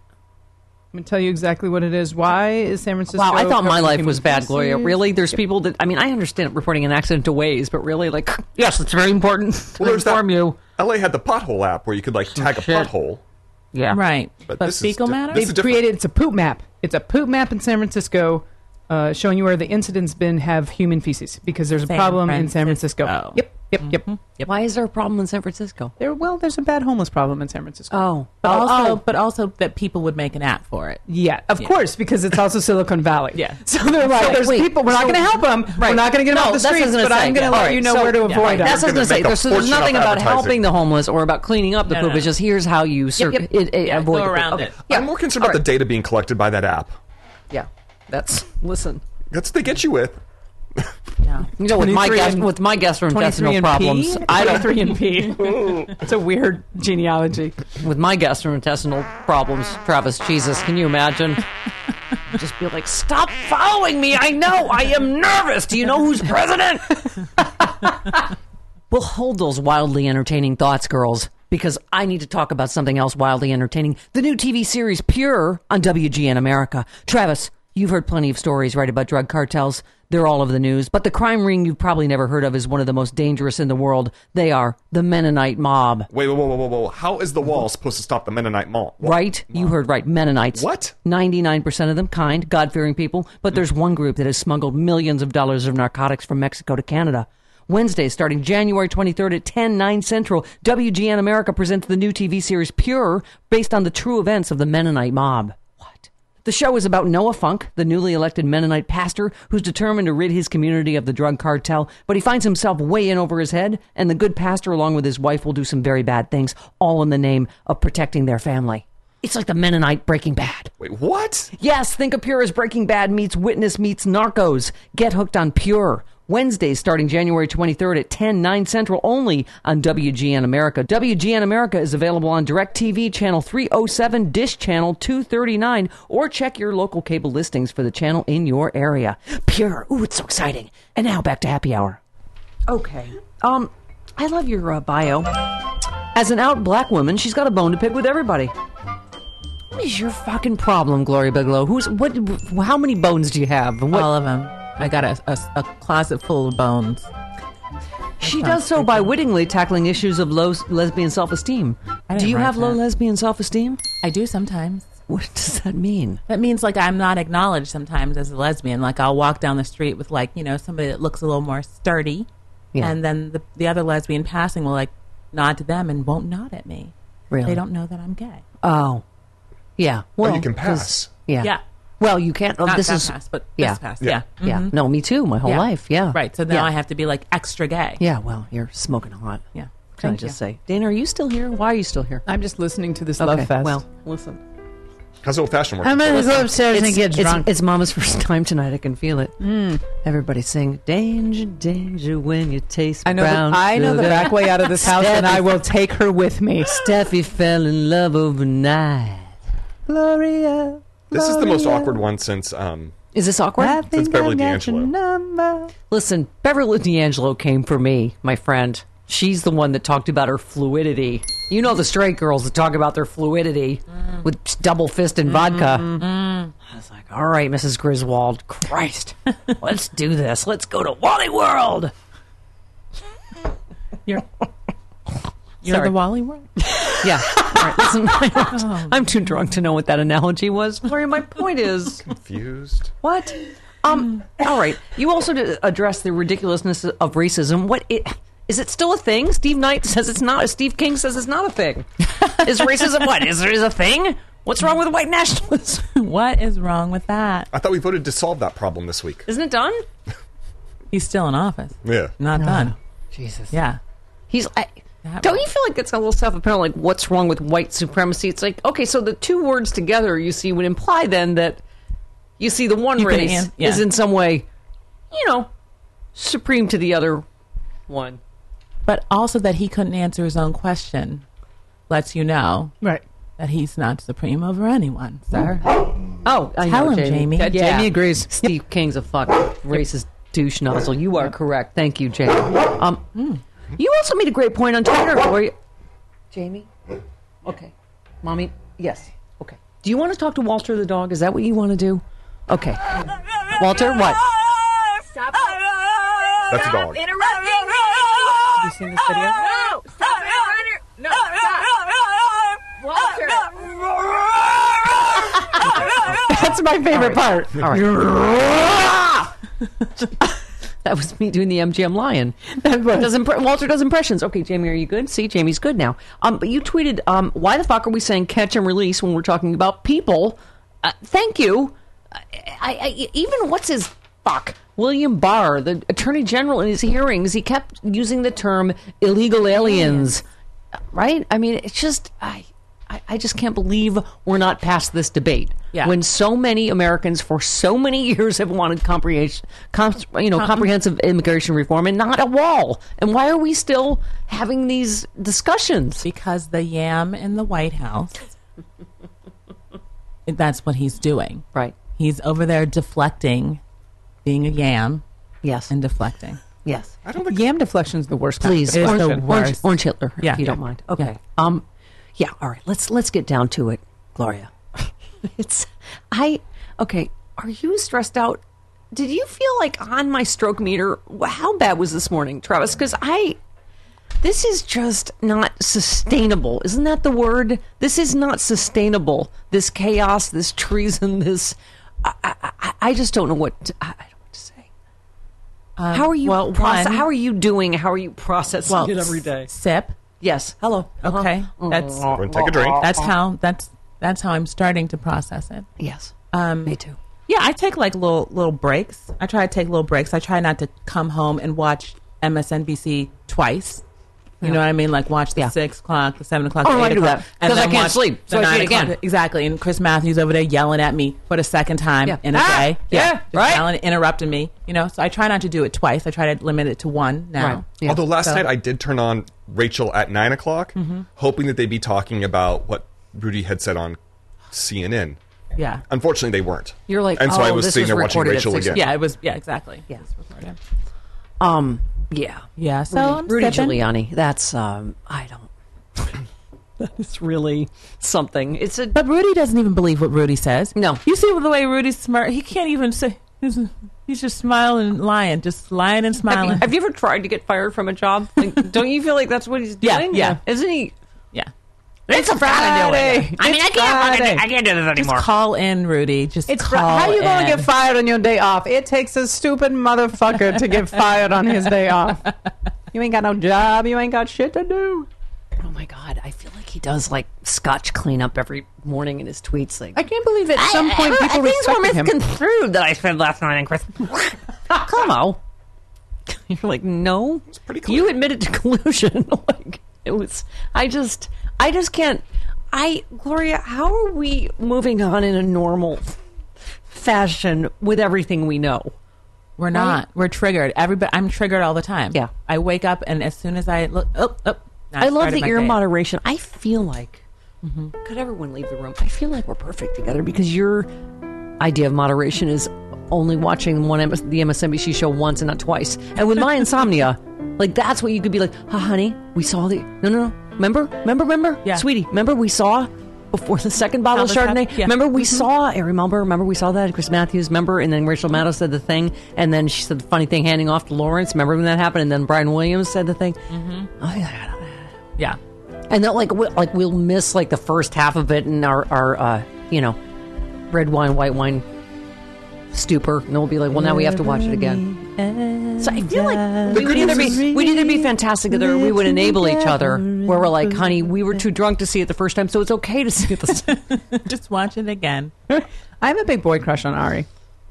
[SPEAKER 2] I'm gonna tell you exactly what it is. Why is San Francisco?
[SPEAKER 1] Wow, I thought my
[SPEAKER 2] covered
[SPEAKER 1] life
[SPEAKER 2] in
[SPEAKER 1] was bad, Gloria.
[SPEAKER 2] feces?
[SPEAKER 1] Really? There's people that I mean, I understand reporting an accident to ways, but really, like, yes, it's very important to
[SPEAKER 3] there's
[SPEAKER 1] inform
[SPEAKER 3] that-
[SPEAKER 1] you.
[SPEAKER 3] LA had the pothole app where you could like tag a
[SPEAKER 1] shit.
[SPEAKER 3] pothole.
[SPEAKER 1] Yeah,
[SPEAKER 4] Right.
[SPEAKER 3] But
[SPEAKER 4] But,
[SPEAKER 3] this is
[SPEAKER 4] fecal
[SPEAKER 3] di-
[SPEAKER 4] matter?
[SPEAKER 3] this is
[SPEAKER 2] They've created it's a poop map. It's a poop map in San Francisco, uh, showing you where the incidents been have human feces because there's a
[SPEAKER 4] San
[SPEAKER 2] problem in San
[SPEAKER 4] Francisco.
[SPEAKER 2] Francisco. Yep, yep, yep.
[SPEAKER 1] Why is there a problem in San Francisco?
[SPEAKER 2] There, well, there's a bad homeless problem in San Francisco.
[SPEAKER 1] Oh,
[SPEAKER 4] but also,
[SPEAKER 2] oh.
[SPEAKER 4] but also that people would make an app for it.
[SPEAKER 2] Yeah, of course, because it's also Silicon Valley.
[SPEAKER 4] Yeah.
[SPEAKER 2] So they're like,
[SPEAKER 1] So,
[SPEAKER 2] there's
[SPEAKER 1] wait,
[SPEAKER 2] people, we're not
[SPEAKER 1] so-
[SPEAKER 2] going to help them. We're
[SPEAKER 1] Right.
[SPEAKER 2] not going to get them
[SPEAKER 1] No,
[SPEAKER 2] off the
[SPEAKER 1] that's what I
[SPEAKER 2] streets,
[SPEAKER 1] was gonna
[SPEAKER 2] but I'm
[SPEAKER 1] say.
[SPEAKER 2] going to
[SPEAKER 1] Yeah.
[SPEAKER 2] let
[SPEAKER 1] All right,
[SPEAKER 2] you know
[SPEAKER 1] so-
[SPEAKER 2] where to
[SPEAKER 1] yeah,
[SPEAKER 2] avoid
[SPEAKER 1] right.
[SPEAKER 2] them.
[SPEAKER 1] That's what I was going
[SPEAKER 3] They're
[SPEAKER 1] to say.
[SPEAKER 3] gonna make a
[SPEAKER 1] There's, there's
[SPEAKER 3] fortune
[SPEAKER 1] nothing
[SPEAKER 3] off
[SPEAKER 1] about helping
[SPEAKER 3] advertising.
[SPEAKER 1] the homeless or about cleaning up the
[SPEAKER 4] No,
[SPEAKER 1] poop.
[SPEAKER 4] no.
[SPEAKER 1] It's just here's how you circ-
[SPEAKER 2] yep.
[SPEAKER 1] It, it,
[SPEAKER 4] Yeah,
[SPEAKER 1] avoid
[SPEAKER 4] go
[SPEAKER 1] the poop.
[SPEAKER 4] around
[SPEAKER 1] Okay.
[SPEAKER 4] it.
[SPEAKER 1] Yeah.
[SPEAKER 3] I'm more concerned about
[SPEAKER 1] All right.
[SPEAKER 3] the data being collected by that app.
[SPEAKER 1] Yeah, that's listen.
[SPEAKER 3] That's what they get you with.
[SPEAKER 1] You know, with my
[SPEAKER 2] 23
[SPEAKER 1] gas,
[SPEAKER 2] and-
[SPEAKER 1] with my gastrointestinal
[SPEAKER 2] 23 and
[SPEAKER 1] problems,
[SPEAKER 2] P?
[SPEAKER 1] I don't.
[SPEAKER 2] 23 and P. It's a weird genealogy.
[SPEAKER 1] With my gastrointestinal problems, Travis, Jesus, can you imagine? Just be like, stop following me. I know. I am nervous. Do you know who's president? we'll hold those wildly entertaining thoughts, girls, because I need to talk about something else wildly entertaining. The new TV series Pure on WGN America. Travis, you've heard plenty of stories, right, about drug cartels. They're all over the news, but the crime ring you've probably never heard of is one of the most dangerous in the world. They are the Mennonite mob.
[SPEAKER 3] Wait, whoa, whoa, whoa, whoa, whoa. How is the wall supposed to stop the Mennonite mall? Wha-
[SPEAKER 1] Right? You heard right. Mennonites.
[SPEAKER 3] What?
[SPEAKER 1] 99% of them kind, God fearing people. But there's one group that has smuggled millions of dollars of narcotics from Mexico to Canada. Wednesday, starting January 23rd at 10, 9 Central, WGN America presents the new TV series Pure, based on the true events of the Mennonite mob. What? The show is about Noah Funk, the newly elected Mennonite pastor who's determined to rid his community of the drug cartel, but he finds himself way in over his head, and the good pastor, along with his wife, will do some very bad things, all in the name of protecting their family. It's like the Mennonite Breaking Bad.
[SPEAKER 3] Wait, what?
[SPEAKER 1] Yes, think of Pure as Breaking Bad meets Witness meets Narcos. Get hooked on Pure. Wednesday, starting January 23rd at 10, 9 Central, only on WGN America. WGN America is available on DirecTV Channel 307, Dish Channel 239, or check your local cable listings for the channel in your area. Pure. Ooh, it's so exciting. And now back to happy hour. Okay. Um, I love your uh, bio. As an out black woman, she's got a bone to pick with everybody. What is your fucking problem, Gloria Bigelow? Who's what? How many bones do you have? And what-
[SPEAKER 4] All of them. I got a, a, a closet full of bones.
[SPEAKER 1] she does so by wittingly tackling issues of low s- lesbian self-esteem.
[SPEAKER 4] I
[SPEAKER 1] Do
[SPEAKER 4] didn't
[SPEAKER 1] you
[SPEAKER 4] write
[SPEAKER 1] have low
[SPEAKER 4] that.
[SPEAKER 1] lesbian self-esteem?
[SPEAKER 4] I do sometimes.
[SPEAKER 1] What does that mean?
[SPEAKER 4] That means like I'm not acknowledged sometimes as a lesbian. Like I'll walk down the street with like, you know, somebody that looks a little more sturdy.
[SPEAKER 1] Yeah.
[SPEAKER 4] And then the, the other lesbian passing will like nod to them and won't nod at me.
[SPEAKER 1] Really?
[SPEAKER 4] They don't know that I'm gay.
[SPEAKER 1] Oh, yeah. Well,
[SPEAKER 3] you can
[SPEAKER 1] 'cause-
[SPEAKER 3] pass.
[SPEAKER 1] Yeah.
[SPEAKER 4] Yeah.
[SPEAKER 1] Well, you can't. oh,
[SPEAKER 4] Not
[SPEAKER 1] this
[SPEAKER 4] that
[SPEAKER 1] is
[SPEAKER 4] past, but
[SPEAKER 1] yeah.
[SPEAKER 4] this past. Yeah.
[SPEAKER 1] Yeah.
[SPEAKER 4] Mhm.
[SPEAKER 1] No, me too. My whole life. Yeah.
[SPEAKER 4] Right. So now
[SPEAKER 1] yeah.
[SPEAKER 4] I have to be like extra gay.
[SPEAKER 1] Yeah. Well, you're smoking hot.
[SPEAKER 4] Yeah.
[SPEAKER 1] Can I
[SPEAKER 4] Thank
[SPEAKER 1] just
[SPEAKER 4] you.
[SPEAKER 1] say, Dana, are you still here? Why are you still here?
[SPEAKER 2] I'm just listening to this
[SPEAKER 1] Okay,
[SPEAKER 2] love fest.
[SPEAKER 1] well,
[SPEAKER 2] listen.
[SPEAKER 3] How's old fashioned work?
[SPEAKER 5] I'm gonna go upstairs and get
[SPEAKER 1] it's-
[SPEAKER 5] drunk.
[SPEAKER 1] It's, Mama's first time tonight. I can feel it. Everybody sing "Danger, Danger" when you taste
[SPEAKER 2] I know,
[SPEAKER 1] brown
[SPEAKER 2] the, I know the
[SPEAKER 1] sugar.
[SPEAKER 2] back way out of this house, and I will take her with me.
[SPEAKER 1] Steffi fell in love overnight. Gloria,
[SPEAKER 3] This is the most awkward one since um
[SPEAKER 1] is this awkward?
[SPEAKER 3] since Beverly D'Angelo.
[SPEAKER 1] Listen, Beverly D'Angelo came for me, my friend. She's the one that talked about her fluidity. You know the straight girls that talk about their fluidity with double fist and vodka. I was like, all right, Mrs. Griswold, Christ, let's do this. Let's go to Wally World.
[SPEAKER 4] You're, you're
[SPEAKER 1] Sorry.
[SPEAKER 4] the Wally world.
[SPEAKER 1] Yeah. All right, listen, I'm too drunk to know what that analogy was. Gloria, my point is.
[SPEAKER 3] Confused.
[SPEAKER 1] What? Um. all right. You also d- address the ridiculousness of racism. What i- is it still a thing? Steve Knight says it's not. Steve King says it's not a thing. is racism what? Is there is a thing? What's wrong with white nationalism?
[SPEAKER 4] What is wrong with that?
[SPEAKER 3] I thought we voted to solve that problem this week.
[SPEAKER 1] Isn't it done?
[SPEAKER 4] He's still in office.
[SPEAKER 3] Yeah.
[SPEAKER 4] Not done.
[SPEAKER 1] Jesus.
[SPEAKER 4] Yeah.
[SPEAKER 1] He's. I,
[SPEAKER 4] That-
[SPEAKER 1] don't you feel like it's a little self-apparent? Like, what's wrong with white supremacy? It's like, okay, so the two words together, you see, would imply then that you see the one
[SPEAKER 4] You can
[SPEAKER 1] race
[SPEAKER 4] an- yeah.
[SPEAKER 1] is in some way, you know, supreme to the other one.
[SPEAKER 4] But also that he couldn't answer his own question lets you know
[SPEAKER 2] Right.
[SPEAKER 4] that he's not supreme over anyone, sir.
[SPEAKER 1] Oh, I
[SPEAKER 4] Tell
[SPEAKER 1] know,
[SPEAKER 4] him,
[SPEAKER 1] Jamie.
[SPEAKER 4] Jamie.
[SPEAKER 1] Yeah,
[SPEAKER 4] Yeah.
[SPEAKER 1] Jamie agrees. Steve King's a fucking racist douche nozzle. You are correct. Thank you, Jamie. Um, You also made a great point on Twitter, Gloria. Jamie? Okay. Mommy? Yes. Okay. Do you want to talk to Walter the dog? Is that what you want to do? Okay. Walter, what?
[SPEAKER 6] Stop,
[SPEAKER 3] That's a dog.
[SPEAKER 6] interrupting me!
[SPEAKER 2] Have you seen this video?
[SPEAKER 6] No! Stop it! No, stop! Walter!
[SPEAKER 2] That's my favorite part.
[SPEAKER 1] All right. that was me doing the MGM lion. That does impre- Walter does impressions. Okay, Jamie, are you good? See, Jamie's good now. Um, but you tweeted, um, why the fuck are we saying catch and release when we're talking about people? Uh, thank you. I, I, I even what's his fuck William Barr, the Attorney General, in his hearings, he kept using the term illegal aliens. Right? I mean, it's just I. I- I just can't believe we're not past this debate.
[SPEAKER 4] Yeah.
[SPEAKER 1] When so many Americans for so many years have wanted comprehension, com- you know, comprehensive immigration reform and not a wall. And why are we still having these discussions?
[SPEAKER 4] because the yam in the White House. that's what he's doing.
[SPEAKER 1] Right.
[SPEAKER 4] He's over there deflecting, being a yam
[SPEAKER 1] Yes.
[SPEAKER 4] and deflecting.
[SPEAKER 1] yes.
[SPEAKER 2] I don't think yam deflection's the worst. kind of
[SPEAKER 1] Please,
[SPEAKER 4] It's
[SPEAKER 2] deflection.
[SPEAKER 1] orange,
[SPEAKER 4] the
[SPEAKER 1] orange,
[SPEAKER 4] worst.
[SPEAKER 1] orange Hitler,
[SPEAKER 4] Yeah.
[SPEAKER 1] if you don't
[SPEAKER 4] Yeah.
[SPEAKER 1] mind.
[SPEAKER 4] Yeah.
[SPEAKER 1] Okay. Um, yeah. All right. Let's let's get down to it, Gloria. it's I. Okay. Are you stressed out? Did you feel like on my stroke meter? wh- How bad was this morning, Travis? Because I. This is just not sustainable. Isn't that the word? This is not sustainable. This chaos, this treason, this. I, I, I- I just don't know what to, I, I don't know what to say. how are you?
[SPEAKER 4] Um, well,
[SPEAKER 1] proce-
[SPEAKER 4] one-
[SPEAKER 1] how are you doing? How are you processing
[SPEAKER 4] Well,
[SPEAKER 1] it every day?
[SPEAKER 4] Sip.
[SPEAKER 1] Yes. Hello.
[SPEAKER 4] Okay. That's
[SPEAKER 3] Go and take a drink.
[SPEAKER 4] that's how that's that's how I'm starting to process it.
[SPEAKER 1] Yes. Um, Me too.
[SPEAKER 4] Yeah, I take like little little breaks. I try to take little breaks. I try not to come home and watch MSNBC twice. You know what I mean? Like watch the
[SPEAKER 1] Yeah.
[SPEAKER 4] six o'clock, the seven o'clock,
[SPEAKER 1] Oh,
[SPEAKER 4] the
[SPEAKER 1] I
[SPEAKER 4] eight
[SPEAKER 1] do
[SPEAKER 4] o'clock,
[SPEAKER 1] that,
[SPEAKER 4] and
[SPEAKER 1] 'cause I
[SPEAKER 4] then
[SPEAKER 1] can't
[SPEAKER 4] watch
[SPEAKER 1] sleep,
[SPEAKER 4] the
[SPEAKER 1] so I do
[SPEAKER 4] nine
[SPEAKER 1] it again.
[SPEAKER 4] o'clock. Exactly. And Chris Matthews over there yelling at me for the second time
[SPEAKER 1] Yeah.
[SPEAKER 4] in a
[SPEAKER 1] Ah!
[SPEAKER 4] day.
[SPEAKER 1] Yeah,
[SPEAKER 4] just
[SPEAKER 1] right.
[SPEAKER 4] Yelling, interrupting me. You know, so I try not to do it twice. I try to limit it to one now.
[SPEAKER 1] Right. Yeah.
[SPEAKER 3] Although last night I did turn on Rachel at nine o'clock,
[SPEAKER 1] Mm-hmm.
[SPEAKER 3] hoping that they'd be talking about what Rudy had said on CNN.
[SPEAKER 4] Yeah.
[SPEAKER 3] Unfortunately, they weren't.
[SPEAKER 1] You're like,
[SPEAKER 3] and so
[SPEAKER 1] oh,
[SPEAKER 3] I was
[SPEAKER 1] this
[SPEAKER 3] sitting
[SPEAKER 1] was
[SPEAKER 3] there watching
[SPEAKER 1] recorded at
[SPEAKER 3] Rachel
[SPEAKER 1] six-
[SPEAKER 3] again.
[SPEAKER 4] Yeah, it was. Yeah, exactly. Yeah.
[SPEAKER 1] Um. Yeah.
[SPEAKER 4] Yeah. So I'm
[SPEAKER 1] Rudy
[SPEAKER 4] sipping.
[SPEAKER 1] Giuliani. That's. Um. I don't. That's really something. It's a.
[SPEAKER 4] But Rudy doesn't even believe what Rudy says.
[SPEAKER 1] No.
[SPEAKER 4] You see the way Rudy's smart. He can't even say. He's, he's just smiling and lying, just lying
[SPEAKER 1] Have
[SPEAKER 4] and
[SPEAKER 1] you,
[SPEAKER 4] smiling.
[SPEAKER 1] have you ever tried to get fired from a job? Like, don't you feel like that's what he's
[SPEAKER 4] Yeah,
[SPEAKER 1] doing?
[SPEAKER 4] yeah.
[SPEAKER 1] Isn't he?
[SPEAKER 4] yeah.
[SPEAKER 1] It's a
[SPEAKER 2] Friday.
[SPEAKER 1] I mean, I can't.
[SPEAKER 2] It's
[SPEAKER 1] Fucking,
[SPEAKER 2] Friday.
[SPEAKER 1] I can't do this
[SPEAKER 4] Just
[SPEAKER 1] anymore.
[SPEAKER 4] call in, Rudy. Just
[SPEAKER 2] It's fr-
[SPEAKER 4] call
[SPEAKER 2] how you gonna
[SPEAKER 4] in.
[SPEAKER 2] get fired on your day off? It takes a stupid motherfucker to get fired on his day off. You ain't got no job. You ain't got shit to do.
[SPEAKER 1] oh my god! I feel like he does like Scotch cleanup every morning in his tweets. Like,
[SPEAKER 2] I can't believe at some
[SPEAKER 1] I-
[SPEAKER 2] point
[SPEAKER 1] I-
[SPEAKER 2] people
[SPEAKER 1] I, things were
[SPEAKER 2] respected him.
[SPEAKER 1] misconstrued that I said last night in Chris. Come on. You're like, no. It's
[SPEAKER 3] pretty clear.
[SPEAKER 1] You admitted to collusion. like it was I just I just can't I Gloria, how are we moving on in a normal fashion with everything we know?
[SPEAKER 4] We're not. We're triggered. Everybody. I'm triggered all the time.
[SPEAKER 1] Yeah.
[SPEAKER 4] I wake up and as soon as I look, oh, oh, now
[SPEAKER 1] I love
[SPEAKER 4] started
[SPEAKER 1] that
[SPEAKER 4] my
[SPEAKER 1] you're in
[SPEAKER 4] day.
[SPEAKER 1] moderation. I feel like mm-hmm, could everyone leave the room? I feel like we're perfect together because your idea of moderation is only watching one MS, the MSNBC show once and not twice. And with my insomnia, like that's what you could be like, "Ha, honey, we saw the no, no, no. Remember, remember, remember,
[SPEAKER 4] Yeah.
[SPEAKER 1] sweetie, remember we saw." Before the second bottle of
[SPEAKER 4] How this
[SPEAKER 1] Chardonnay,
[SPEAKER 4] happened- yeah. Mm-hmm.
[SPEAKER 1] remember we saw Ari Melber. Remember we saw that Chris Matthews. Remember, and then Rachel Maddow said the thing, and then she said the funny thing, handing off to Lawrence. Remember when that happened, and then Brian Williams said the thing. Oh, yeah,
[SPEAKER 4] Yeah.
[SPEAKER 1] and that like we, like we'll miss like the first half of it and our our uh, you know red wine white wine stupor and we'll be like well now we have to watch it again so i feel like we would either be we'd either be fantastic together or we would enable each other where we're like honey we were too drunk to see it the first time so it's okay to see it the second
[SPEAKER 4] Just watch it again.
[SPEAKER 2] I have a big boy crush on Ari.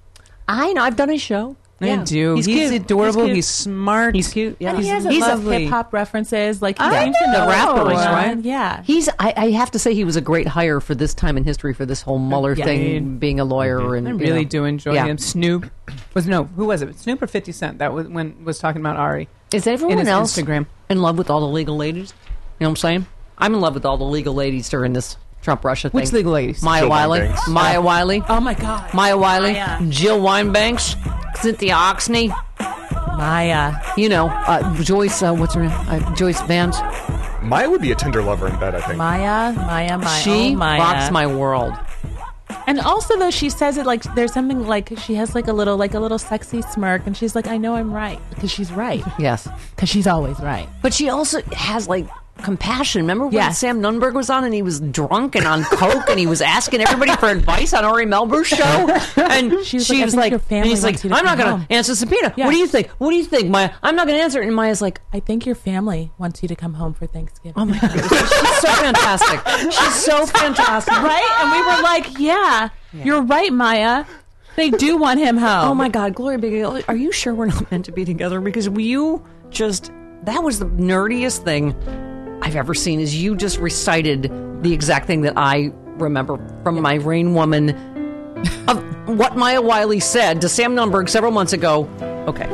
[SPEAKER 1] i know i've done a show
[SPEAKER 2] I do.
[SPEAKER 1] Oh, he's,
[SPEAKER 2] He's,
[SPEAKER 1] cute.
[SPEAKER 2] adorable. He's,
[SPEAKER 4] cute.
[SPEAKER 2] smart.
[SPEAKER 1] He's cute, yeah.
[SPEAKER 4] And he has a
[SPEAKER 2] He's
[SPEAKER 4] love of
[SPEAKER 2] lovely.
[SPEAKER 4] hip hop references. Like he
[SPEAKER 2] I
[SPEAKER 4] seems to
[SPEAKER 2] know.
[SPEAKER 4] know
[SPEAKER 2] Rappers,
[SPEAKER 4] everyone.
[SPEAKER 2] right?
[SPEAKER 4] Yeah.
[SPEAKER 1] He's. I, I have to say, he was a great hire for this time in history for this whole Mueller
[SPEAKER 4] Yeah.
[SPEAKER 1] thing, being a lawyer and
[SPEAKER 2] I
[SPEAKER 1] you
[SPEAKER 2] really
[SPEAKER 1] know.
[SPEAKER 2] do enjoy
[SPEAKER 1] Yeah.
[SPEAKER 2] him. Snoop was no. Who was it? Snoop or Fifty Cent? That was when was talking about Ari.
[SPEAKER 1] Is everyone
[SPEAKER 2] his
[SPEAKER 1] else
[SPEAKER 2] Instagram.
[SPEAKER 1] in love with all the legal ladies? You know what I'm saying? I'm in love with all the legal ladies during this Trump Russia thing.
[SPEAKER 2] Which legal ladies?
[SPEAKER 1] Maya
[SPEAKER 3] Jill
[SPEAKER 1] Wiley,
[SPEAKER 3] Winebanks.
[SPEAKER 1] Maya Wiley,
[SPEAKER 4] Oh my God.
[SPEAKER 1] Maya Wiley,
[SPEAKER 4] Maya.
[SPEAKER 1] Jill Winebanks, Cynthia Oxney.
[SPEAKER 4] Maya.
[SPEAKER 1] You know, uh, Joyce. Uh, what's her name? Uh, Joyce Vance.
[SPEAKER 3] Maya would be a tender lover in bed, I think.
[SPEAKER 4] Maya. Maya. Maya.
[SPEAKER 1] she
[SPEAKER 4] oh, Maya.
[SPEAKER 1] rocks my world.
[SPEAKER 4] And also though she says it like there's something like she has like a little like a little sexy smirk and she's like I know I'm right because she's right
[SPEAKER 1] Yes.
[SPEAKER 4] because she's always right.
[SPEAKER 1] But she also has like compassion. Remember when
[SPEAKER 4] Yes.
[SPEAKER 1] Sam Nunberg was on and he was drunk and on coke and he was asking everybody for advice on Ori Melber's show? And
[SPEAKER 4] She
[SPEAKER 1] she was
[SPEAKER 4] was like, "I
[SPEAKER 1] like,
[SPEAKER 4] think your
[SPEAKER 1] and
[SPEAKER 4] family
[SPEAKER 1] he's like
[SPEAKER 4] wants you to
[SPEAKER 1] I'm not
[SPEAKER 4] come
[SPEAKER 1] going
[SPEAKER 4] home."
[SPEAKER 1] to answer subpoena.
[SPEAKER 4] Yeah.
[SPEAKER 1] What do you think? What do you think, Maya? I'm not going to answer. it." And Maya's like,
[SPEAKER 4] I think your family wants you to come home for Thanksgiving.
[SPEAKER 1] oh my God. She's so fantastic. She's so fantastic.
[SPEAKER 4] right? And we were like, yeah, you're right, Maya. They do want him home.
[SPEAKER 1] Oh my God, Gloria Biggio, are you sure we're not meant to be together? Because you just, that was the nerdiest thing I've ever seen is you just recited the exact thing that I remember from my Rain Woman of what Maya Wiley said to Sam Nunberg several months ago. Okay.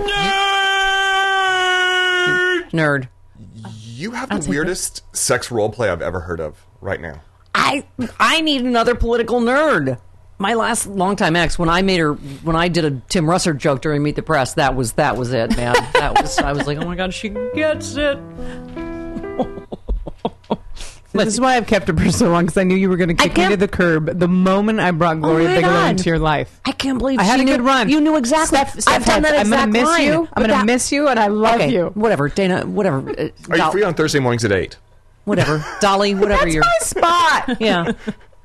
[SPEAKER 1] Nerd.
[SPEAKER 3] You have the weirdest sex role play I've ever heard of right now.
[SPEAKER 1] I I need another political nerd. My last longtime ex, when I made her, when I did a Tim Russert joke during Meet the Press, that was that was it, man. That was I was like, oh my god, she gets it.
[SPEAKER 2] This is why I've kept her for so long because I knew you were going to
[SPEAKER 1] I
[SPEAKER 2] kick me to
[SPEAKER 1] can't- Oh
[SPEAKER 2] the curb the moment I brought Gloria
[SPEAKER 1] my
[SPEAKER 2] Bigelow
[SPEAKER 1] God.
[SPEAKER 2] into your life.
[SPEAKER 4] Oh,
[SPEAKER 1] I can't believe
[SPEAKER 2] I had
[SPEAKER 1] she
[SPEAKER 2] a
[SPEAKER 1] knew,
[SPEAKER 2] good run.
[SPEAKER 1] You knew exactly.
[SPEAKER 2] Steph, Steph
[SPEAKER 1] I've done
[SPEAKER 2] Huff,
[SPEAKER 1] that exact
[SPEAKER 2] I'm gonna miss
[SPEAKER 1] line,
[SPEAKER 2] you. I'm
[SPEAKER 1] but
[SPEAKER 2] going to
[SPEAKER 1] that-
[SPEAKER 2] miss you, and I love
[SPEAKER 1] okay,
[SPEAKER 2] you.
[SPEAKER 1] Whatever, Dana. Whatever. uh,
[SPEAKER 3] Are you
[SPEAKER 1] Dol-
[SPEAKER 3] free on Thursday mornings at eight?
[SPEAKER 1] Whatever, Dolly. Whatever
[SPEAKER 2] That's
[SPEAKER 1] you're.
[SPEAKER 2] my spot.
[SPEAKER 1] Yeah.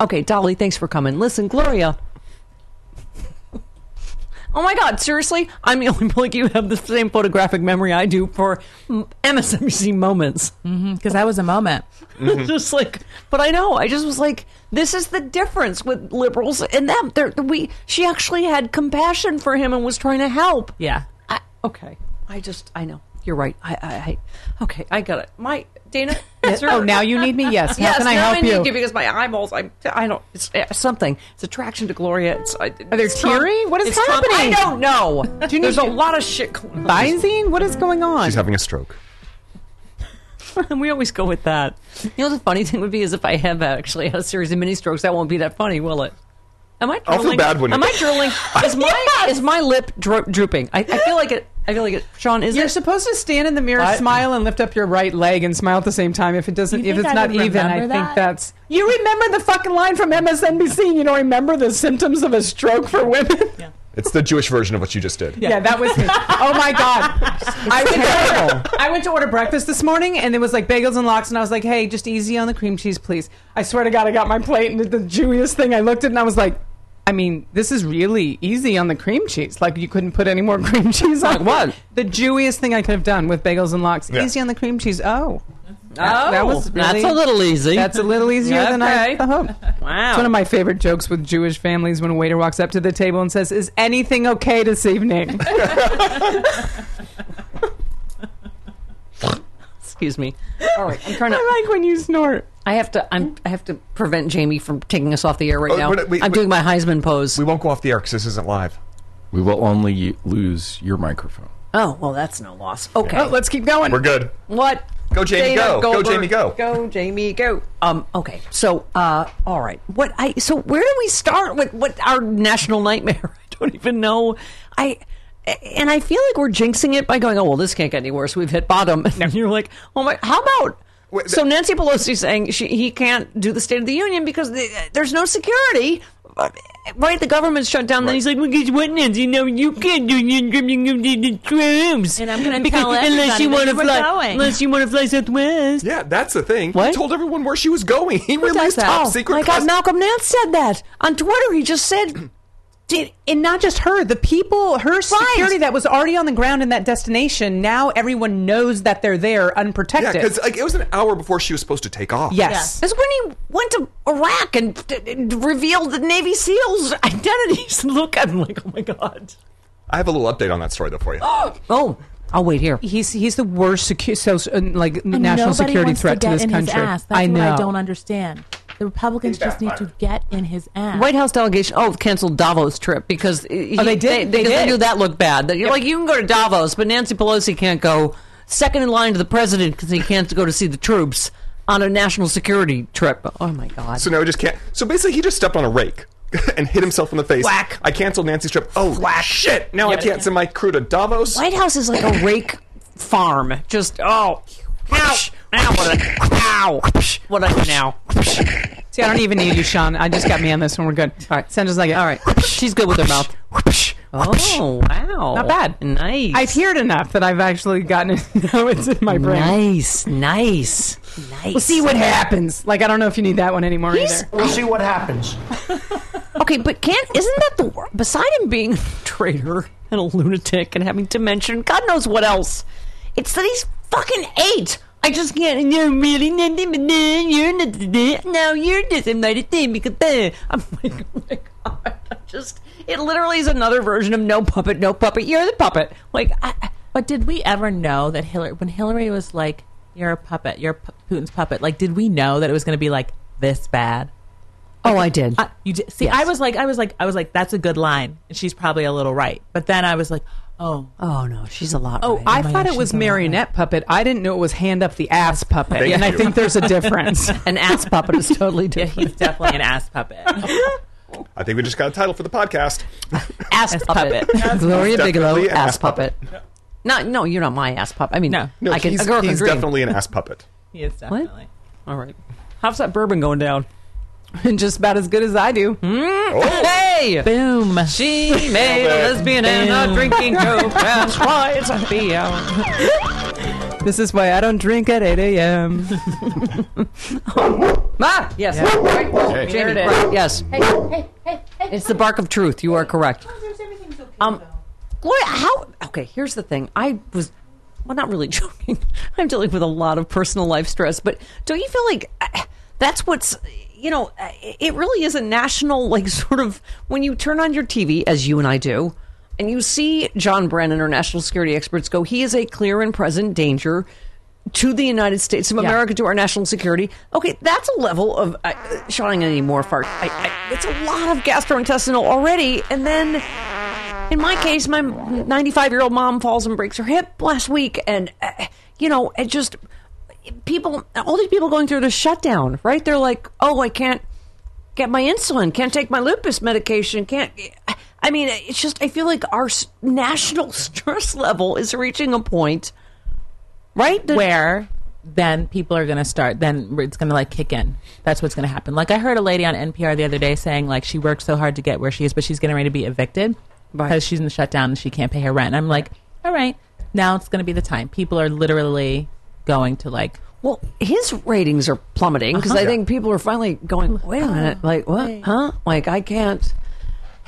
[SPEAKER 1] Okay, Dolly, thanks for coming. Listen, Gloria. Oh my God, seriously? I'm the only like you have the same photographic memory I do for mm, MSNBC moments.
[SPEAKER 4] Because that was a moment.
[SPEAKER 2] Mm-hmm.
[SPEAKER 1] just like, but I know, I just was like, this is the difference with liberals and them. They're, we, she actually had compassion for him and was trying to help.
[SPEAKER 4] Yeah.
[SPEAKER 1] I, okay, I just, I know. You're right. I, I, I okay, I got it. My, Dana, is
[SPEAKER 2] oh,
[SPEAKER 1] there-
[SPEAKER 2] now you need me. Yes. How
[SPEAKER 1] yes,
[SPEAKER 2] can I
[SPEAKER 1] now
[SPEAKER 2] help
[SPEAKER 1] I need
[SPEAKER 2] you?
[SPEAKER 1] you because my eyeballs. I'm. I don't. It's uh, something. It's attraction to Gloria. It's. I, Are
[SPEAKER 2] they teary? What is happening?
[SPEAKER 1] I don't know.
[SPEAKER 2] Do you need
[SPEAKER 1] There's a
[SPEAKER 2] to-
[SPEAKER 1] lot of shit going on.
[SPEAKER 2] Visine, what is going on?
[SPEAKER 3] She's having a stroke.
[SPEAKER 1] And we always go with that. You know, the funny thing would be is if I have actually had a series of mini strokes, that won't be that funny, will it? Am I?
[SPEAKER 3] I'll feel
[SPEAKER 1] Drooling?
[SPEAKER 3] bad when-
[SPEAKER 1] Am I drooling? Is my is my lip dro- drooping? I, I feel like it. I feel like it. Sean, is
[SPEAKER 2] You're
[SPEAKER 1] it?
[SPEAKER 2] supposed to stand in the mirror,
[SPEAKER 1] What?
[SPEAKER 2] smile, and lift up your right leg and smile at the same time. If it doesn't,
[SPEAKER 4] You
[SPEAKER 2] if
[SPEAKER 4] think
[SPEAKER 2] it's
[SPEAKER 4] I
[SPEAKER 2] not
[SPEAKER 4] would
[SPEAKER 2] even, I
[SPEAKER 4] remember
[SPEAKER 2] think
[SPEAKER 4] that?
[SPEAKER 2] that's. You remember the fucking line from MSNBC? And you don't remember the symptoms of a stroke for women? Yeah,
[SPEAKER 3] It's the Jewish version of what you just did.
[SPEAKER 2] that was me. Oh my god, I went to order, I went to order breakfast this morning, and it was like bagels and lox, and I was like, "Hey, just easy on the cream cheese, please." I swear to God, I got my plate, and the Jewiest thing I looked at, and I was like. I mean, this is really easy on the cream cheese. Like, you couldn't put any more cream cheese on.
[SPEAKER 1] Like what?
[SPEAKER 2] The Jewiest thing I could have done with bagels and lox.
[SPEAKER 3] Yeah.
[SPEAKER 2] Easy on the cream cheese.
[SPEAKER 1] oh,
[SPEAKER 2] Oh. that was really-
[SPEAKER 1] that's a little easy.
[SPEAKER 2] That's a little easier than I
[SPEAKER 1] Okay.
[SPEAKER 2] thought.
[SPEAKER 1] Wow.
[SPEAKER 2] It's one of my favorite jokes with Jewish families when a waiter walks up to the table and says, Is anything okay this evening?
[SPEAKER 1] Excuse me. All right, I'm trying to.
[SPEAKER 2] I like when you snort.
[SPEAKER 1] I have to. I'm. I have to prevent Jamie from taking us off the air right
[SPEAKER 3] Oh,
[SPEAKER 1] now.
[SPEAKER 3] but wait,
[SPEAKER 1] I'm
[SPEAKER 3] wait.
[SPEAKER 1] doing my Heisman pose.
[SPEAKER 3] We won't go off the air because this isn't live.
[SPEAKER 5] We will only y- lose your microphone.
[SPEAKER 1] oh well, that's no loss. Okay.
[SPEAKER 2] Oh, let's keep going.
[SPEAKER 3] We're good.
[SPEAKER 1] What?
[SPEAKER 3] Go, Jamie,
[SPEAKER 1] Dana
[SPEAKER 3] go. Go,
[SPEAKER 1] Goldberg.
[SPEAKER 3] Jamie, go.
[SPEAKER 1] Go, Jamie, go. Um. Okay. So, uh, all right. What I so where do we start with what our national nightmare? I don't even know. I and I feel like we're jinxing it by going, oh well, this can't get any worse. We've hit bottom. And you're like, oh my, how about?
[SPEAKER 3] Wait,
[SPEAKER 1] so
[SPEAKER 3] th-
[SPEAKER 1] Nancy Pelosi saying she, he can't do the State of the Union because the, there's no security. Uh, Right, the government's shut down. Then he's like, "Well, guess what, Nancy? No, you can't do the troops."
[SPEAKER 4] And I'm gonna
[SPEAKER 1] Because
[SPEAKER 4] tell
[SPEAKER 1] unless
[SPEAKER 4] everybody
[SPEAKER 1] you
[SPEAKER 4] that
[SPEAKER 1] wanna
[SPEAKER 4] you were
[SPEAKER 1] fly,
[SPEAKER 4] going.
[SPEAKER 1] unless you want to fly Southwest.
[SPEAKER 3] Yeah, that's the thing. He
[SPEAKER 1] What?
[SPEAKER 3] told everyone where she was going. He released top
[SPEAKER 1] Oh
[SPEAKER 3] secret.
[SPEAKER 1] my God,
[SPEAKER 3] cus-
[SPEAKER 1] Malcolm Nance said that on Twitter. He just said,
[SPEAKER 2] Did, and not just her, the people, her security that was already on the ground in that destination, now everyone knows that they're there
[SPEAKER 3] Yeah,
[SPEAKER 2] unprotected.
[SPEAKER 3] because like it was an hour before she was supposed to take off.
[SPEAKER 2] yes.
[SPEAKER 1] "That's when he went to Iraq and, and revealed the Navy SEALs' identities." Look, I'm like, "Oh my God!"
[SPEAKER 3] I have a little update on that story though for you.
[SPEAKER 1] Oh, I'll wait here.
[SPEAKER 2] He's, he's the worst secu- so, uh, like
[SPEAKER 4] And
[SPEAKER 2] national
[SPEAKER 4] nobody
[SPEAKER 2] security
[SPEAKER 4] wants
[SPEAKER 2] threat
[SPEAKER 4] to,
[SPEAKER 2] to,
[SPEAKER 4] get
[SPEAKER 2] this
[SPEAKER 4] in
[SPEAKER 2] country.
[SPEAKER 4] His ass. That's
[SPEAKER 2] I know.
[SPEAKER 4] What I don't understand. The Republicans
[SPEAKER 3] He's
[SPEAKER 4] just need to
[SPEAKER 3] backfired.
[SPEAKER 4] get in his ass.
[SPEAKER 1] White House delegation. Oh, canceled Davos trip because he,
[SPEAKER 2] they did.
[SPEAKER 1] Oh, They,
[SPEAKER 2] They
[SPEAKER 1] because
[SPEAKER 2] did.
[SPEAKER 1] knew that looked bad. That you're like you can go to Davos, but Nancy Pelosi can't go second in line to the president because he can't go to see the troops on a national security trip. Oh my God!
[SPEAKER 3] So now I just can't. So basically, he just stepped on a rake and hit himself in the face.
[SPEAKER 1] Whack.
[SPEAKER 3] I canceled Nancy's trip. Oh shit! Now I can't send my crew to Davos.
[SPEAKER 1] White House is like a rake farm. Just oh, now, now what? I, now what? I now?
[SPEAKER 2] See, I don't even need you, Sean. I just got me on this one. We're good. All right. Sounds just like it. All right. She's good with her mouth.
[SPEAKER 1] Oh wow,
[SPEAKER 2] Not bad.
[SPEAKER 1] Nice.
[SPEAKER 2] I've heard enough that I've actually gotten it. Now it's in my brain.
[SPEAKER 1] Nice, nice, nice.
[SPEAKER 2] We'll see what happens. Like, I don't know if you need that one anymore
[SPEAKER 1] He's-
[SPEAKER 2] either.
[SPEAKER 7] We'll see what happens.
[SPEAKER 1] Okay, but can't isn't that the wor- beside him being a traitor and a lunatic and having dementia and God knows what else? It's that he's fucking eight. I just can't. No, really, no, no, no, no, you're not. no, No, you're just a mighty thing because uh, I'm like, oh my god, I just it literally is another version of no puppet, no puppet. You're the puppet. Like, I, I-
[SPEAKER 4] But did we ever know that Hillary, when Hillary was like, "You're a puppet, you're P- Putin's puppet," like, did we know that it was going to be like this bad?
[SPEAKER 1] oh, I did.
[SPEAKER 4] I, you did, see, I was like, I was like, I was like, that's a good line, and she's probably a little right. But then I was like, oh,
[SPEAKER 1] oh no, she's a lot.
[SPEAKER 2] Oh,
[SPEAKER 1] right.
[SPEAKER 2] I
[SPEAKER 4] my
[SPEAKER 2] thought
[SPEAKER 4] gosh,
[SPEAKER 2] it was
[SPEAKER 4] she's on that.
[SPEAKER 2] marionette puppet. I didn't know it was hand up the ass puppet.
[SPEAKER 3] Thank
[SPEAKER 2] and I
[SPEAKER 3] you.
[SPEAKER 2] think there's a difference.
[SPEAKER 1] an ass puppet is totally
[SPEAKER 4] yeah,
[SPEAKER 1] different.
[SPEAKER 4] he's definitely an ass puppet,
[SPEAKER 3] I think we just got a title for the podcast.
[SPEAKER 1] ass, puppet. Gloria
[SPEAKER 3] Definitely
[SPEAKER 1] Bigelow,
[SPEAKER 3] an
[SPEAKER 1] ass,
[SPEAKER 3] ass
[SPEAKER 1] puppet. No, no, you're not my ass puppet. I mean,
[SPEAKER 4] No.
[SPEAKER 3] No,
[SPEAKER 1] I can,
[SPEAKER 3] he's,
[SPEAKER 1] a girl can
[SPEAKER 3] he's
[SPEAKER 1] dream.
[SPEAKER 3] definitely an ass puppet.
[SPEAKER 4] he is definitely.
[SPEAKER 1] All right. How's that bourbon going down?
[SPEAKER 2] and just about as good as I do.
[SPEAKER 1] Hey!
[SPEAKER 4] Boom.
[SPEAKER 1] She made a lesbian and a drinking joke. That's why it's a BL.
[SPEAKER 2] This is why I don't drink at 8 a.m.
[SPEAKER 1] Ah, yes. Right. Jamie, right, Yes. It's the bark of truth. You are correct. Um, Gloria, how? Okay, here's the thing. I was, well, not really joking. I'm dealing with a lot of personal life stress, but don't you feel like uh, that's what's, you know, uh, it really is a national, like, sort of, when you turn on your TV, as you and I do, and you see John Brennan or national security experts go, he is a clear and present danger to the United States of America, to our national security. Okay, that's a level of, uh, Sean, I'm going to need more fart. I, I, it's a lot of gastrointestinal already, and then. In my case, my 95 year old mom falls and breaks her hip last week. And, uh, you know, it just, people, all these people going through the shutdown, right? They're like, oh, I can't get my insulin, can't take my lupus medication, can't. I mean, it's just, I feel like our s- national stress level is reaching a point, right? That-
[SPEAKER 4] where then people are going to start then it's going to like kick in that's what's going to happen like i heard a lady on npr the other day saying like she worked so hard to get where she is but she's getting ready to be evicted
[SPEAKER 1] Right.
[SPEAKER 4] because she's in the shutdown and she can't pay her rent and i'm like all right now it's going to be the time people are literally going to like
[SPEAKER 1] Well, his ratings are plummeting because I think people are finally going, wait a minute, like what? Huh? Like I can't.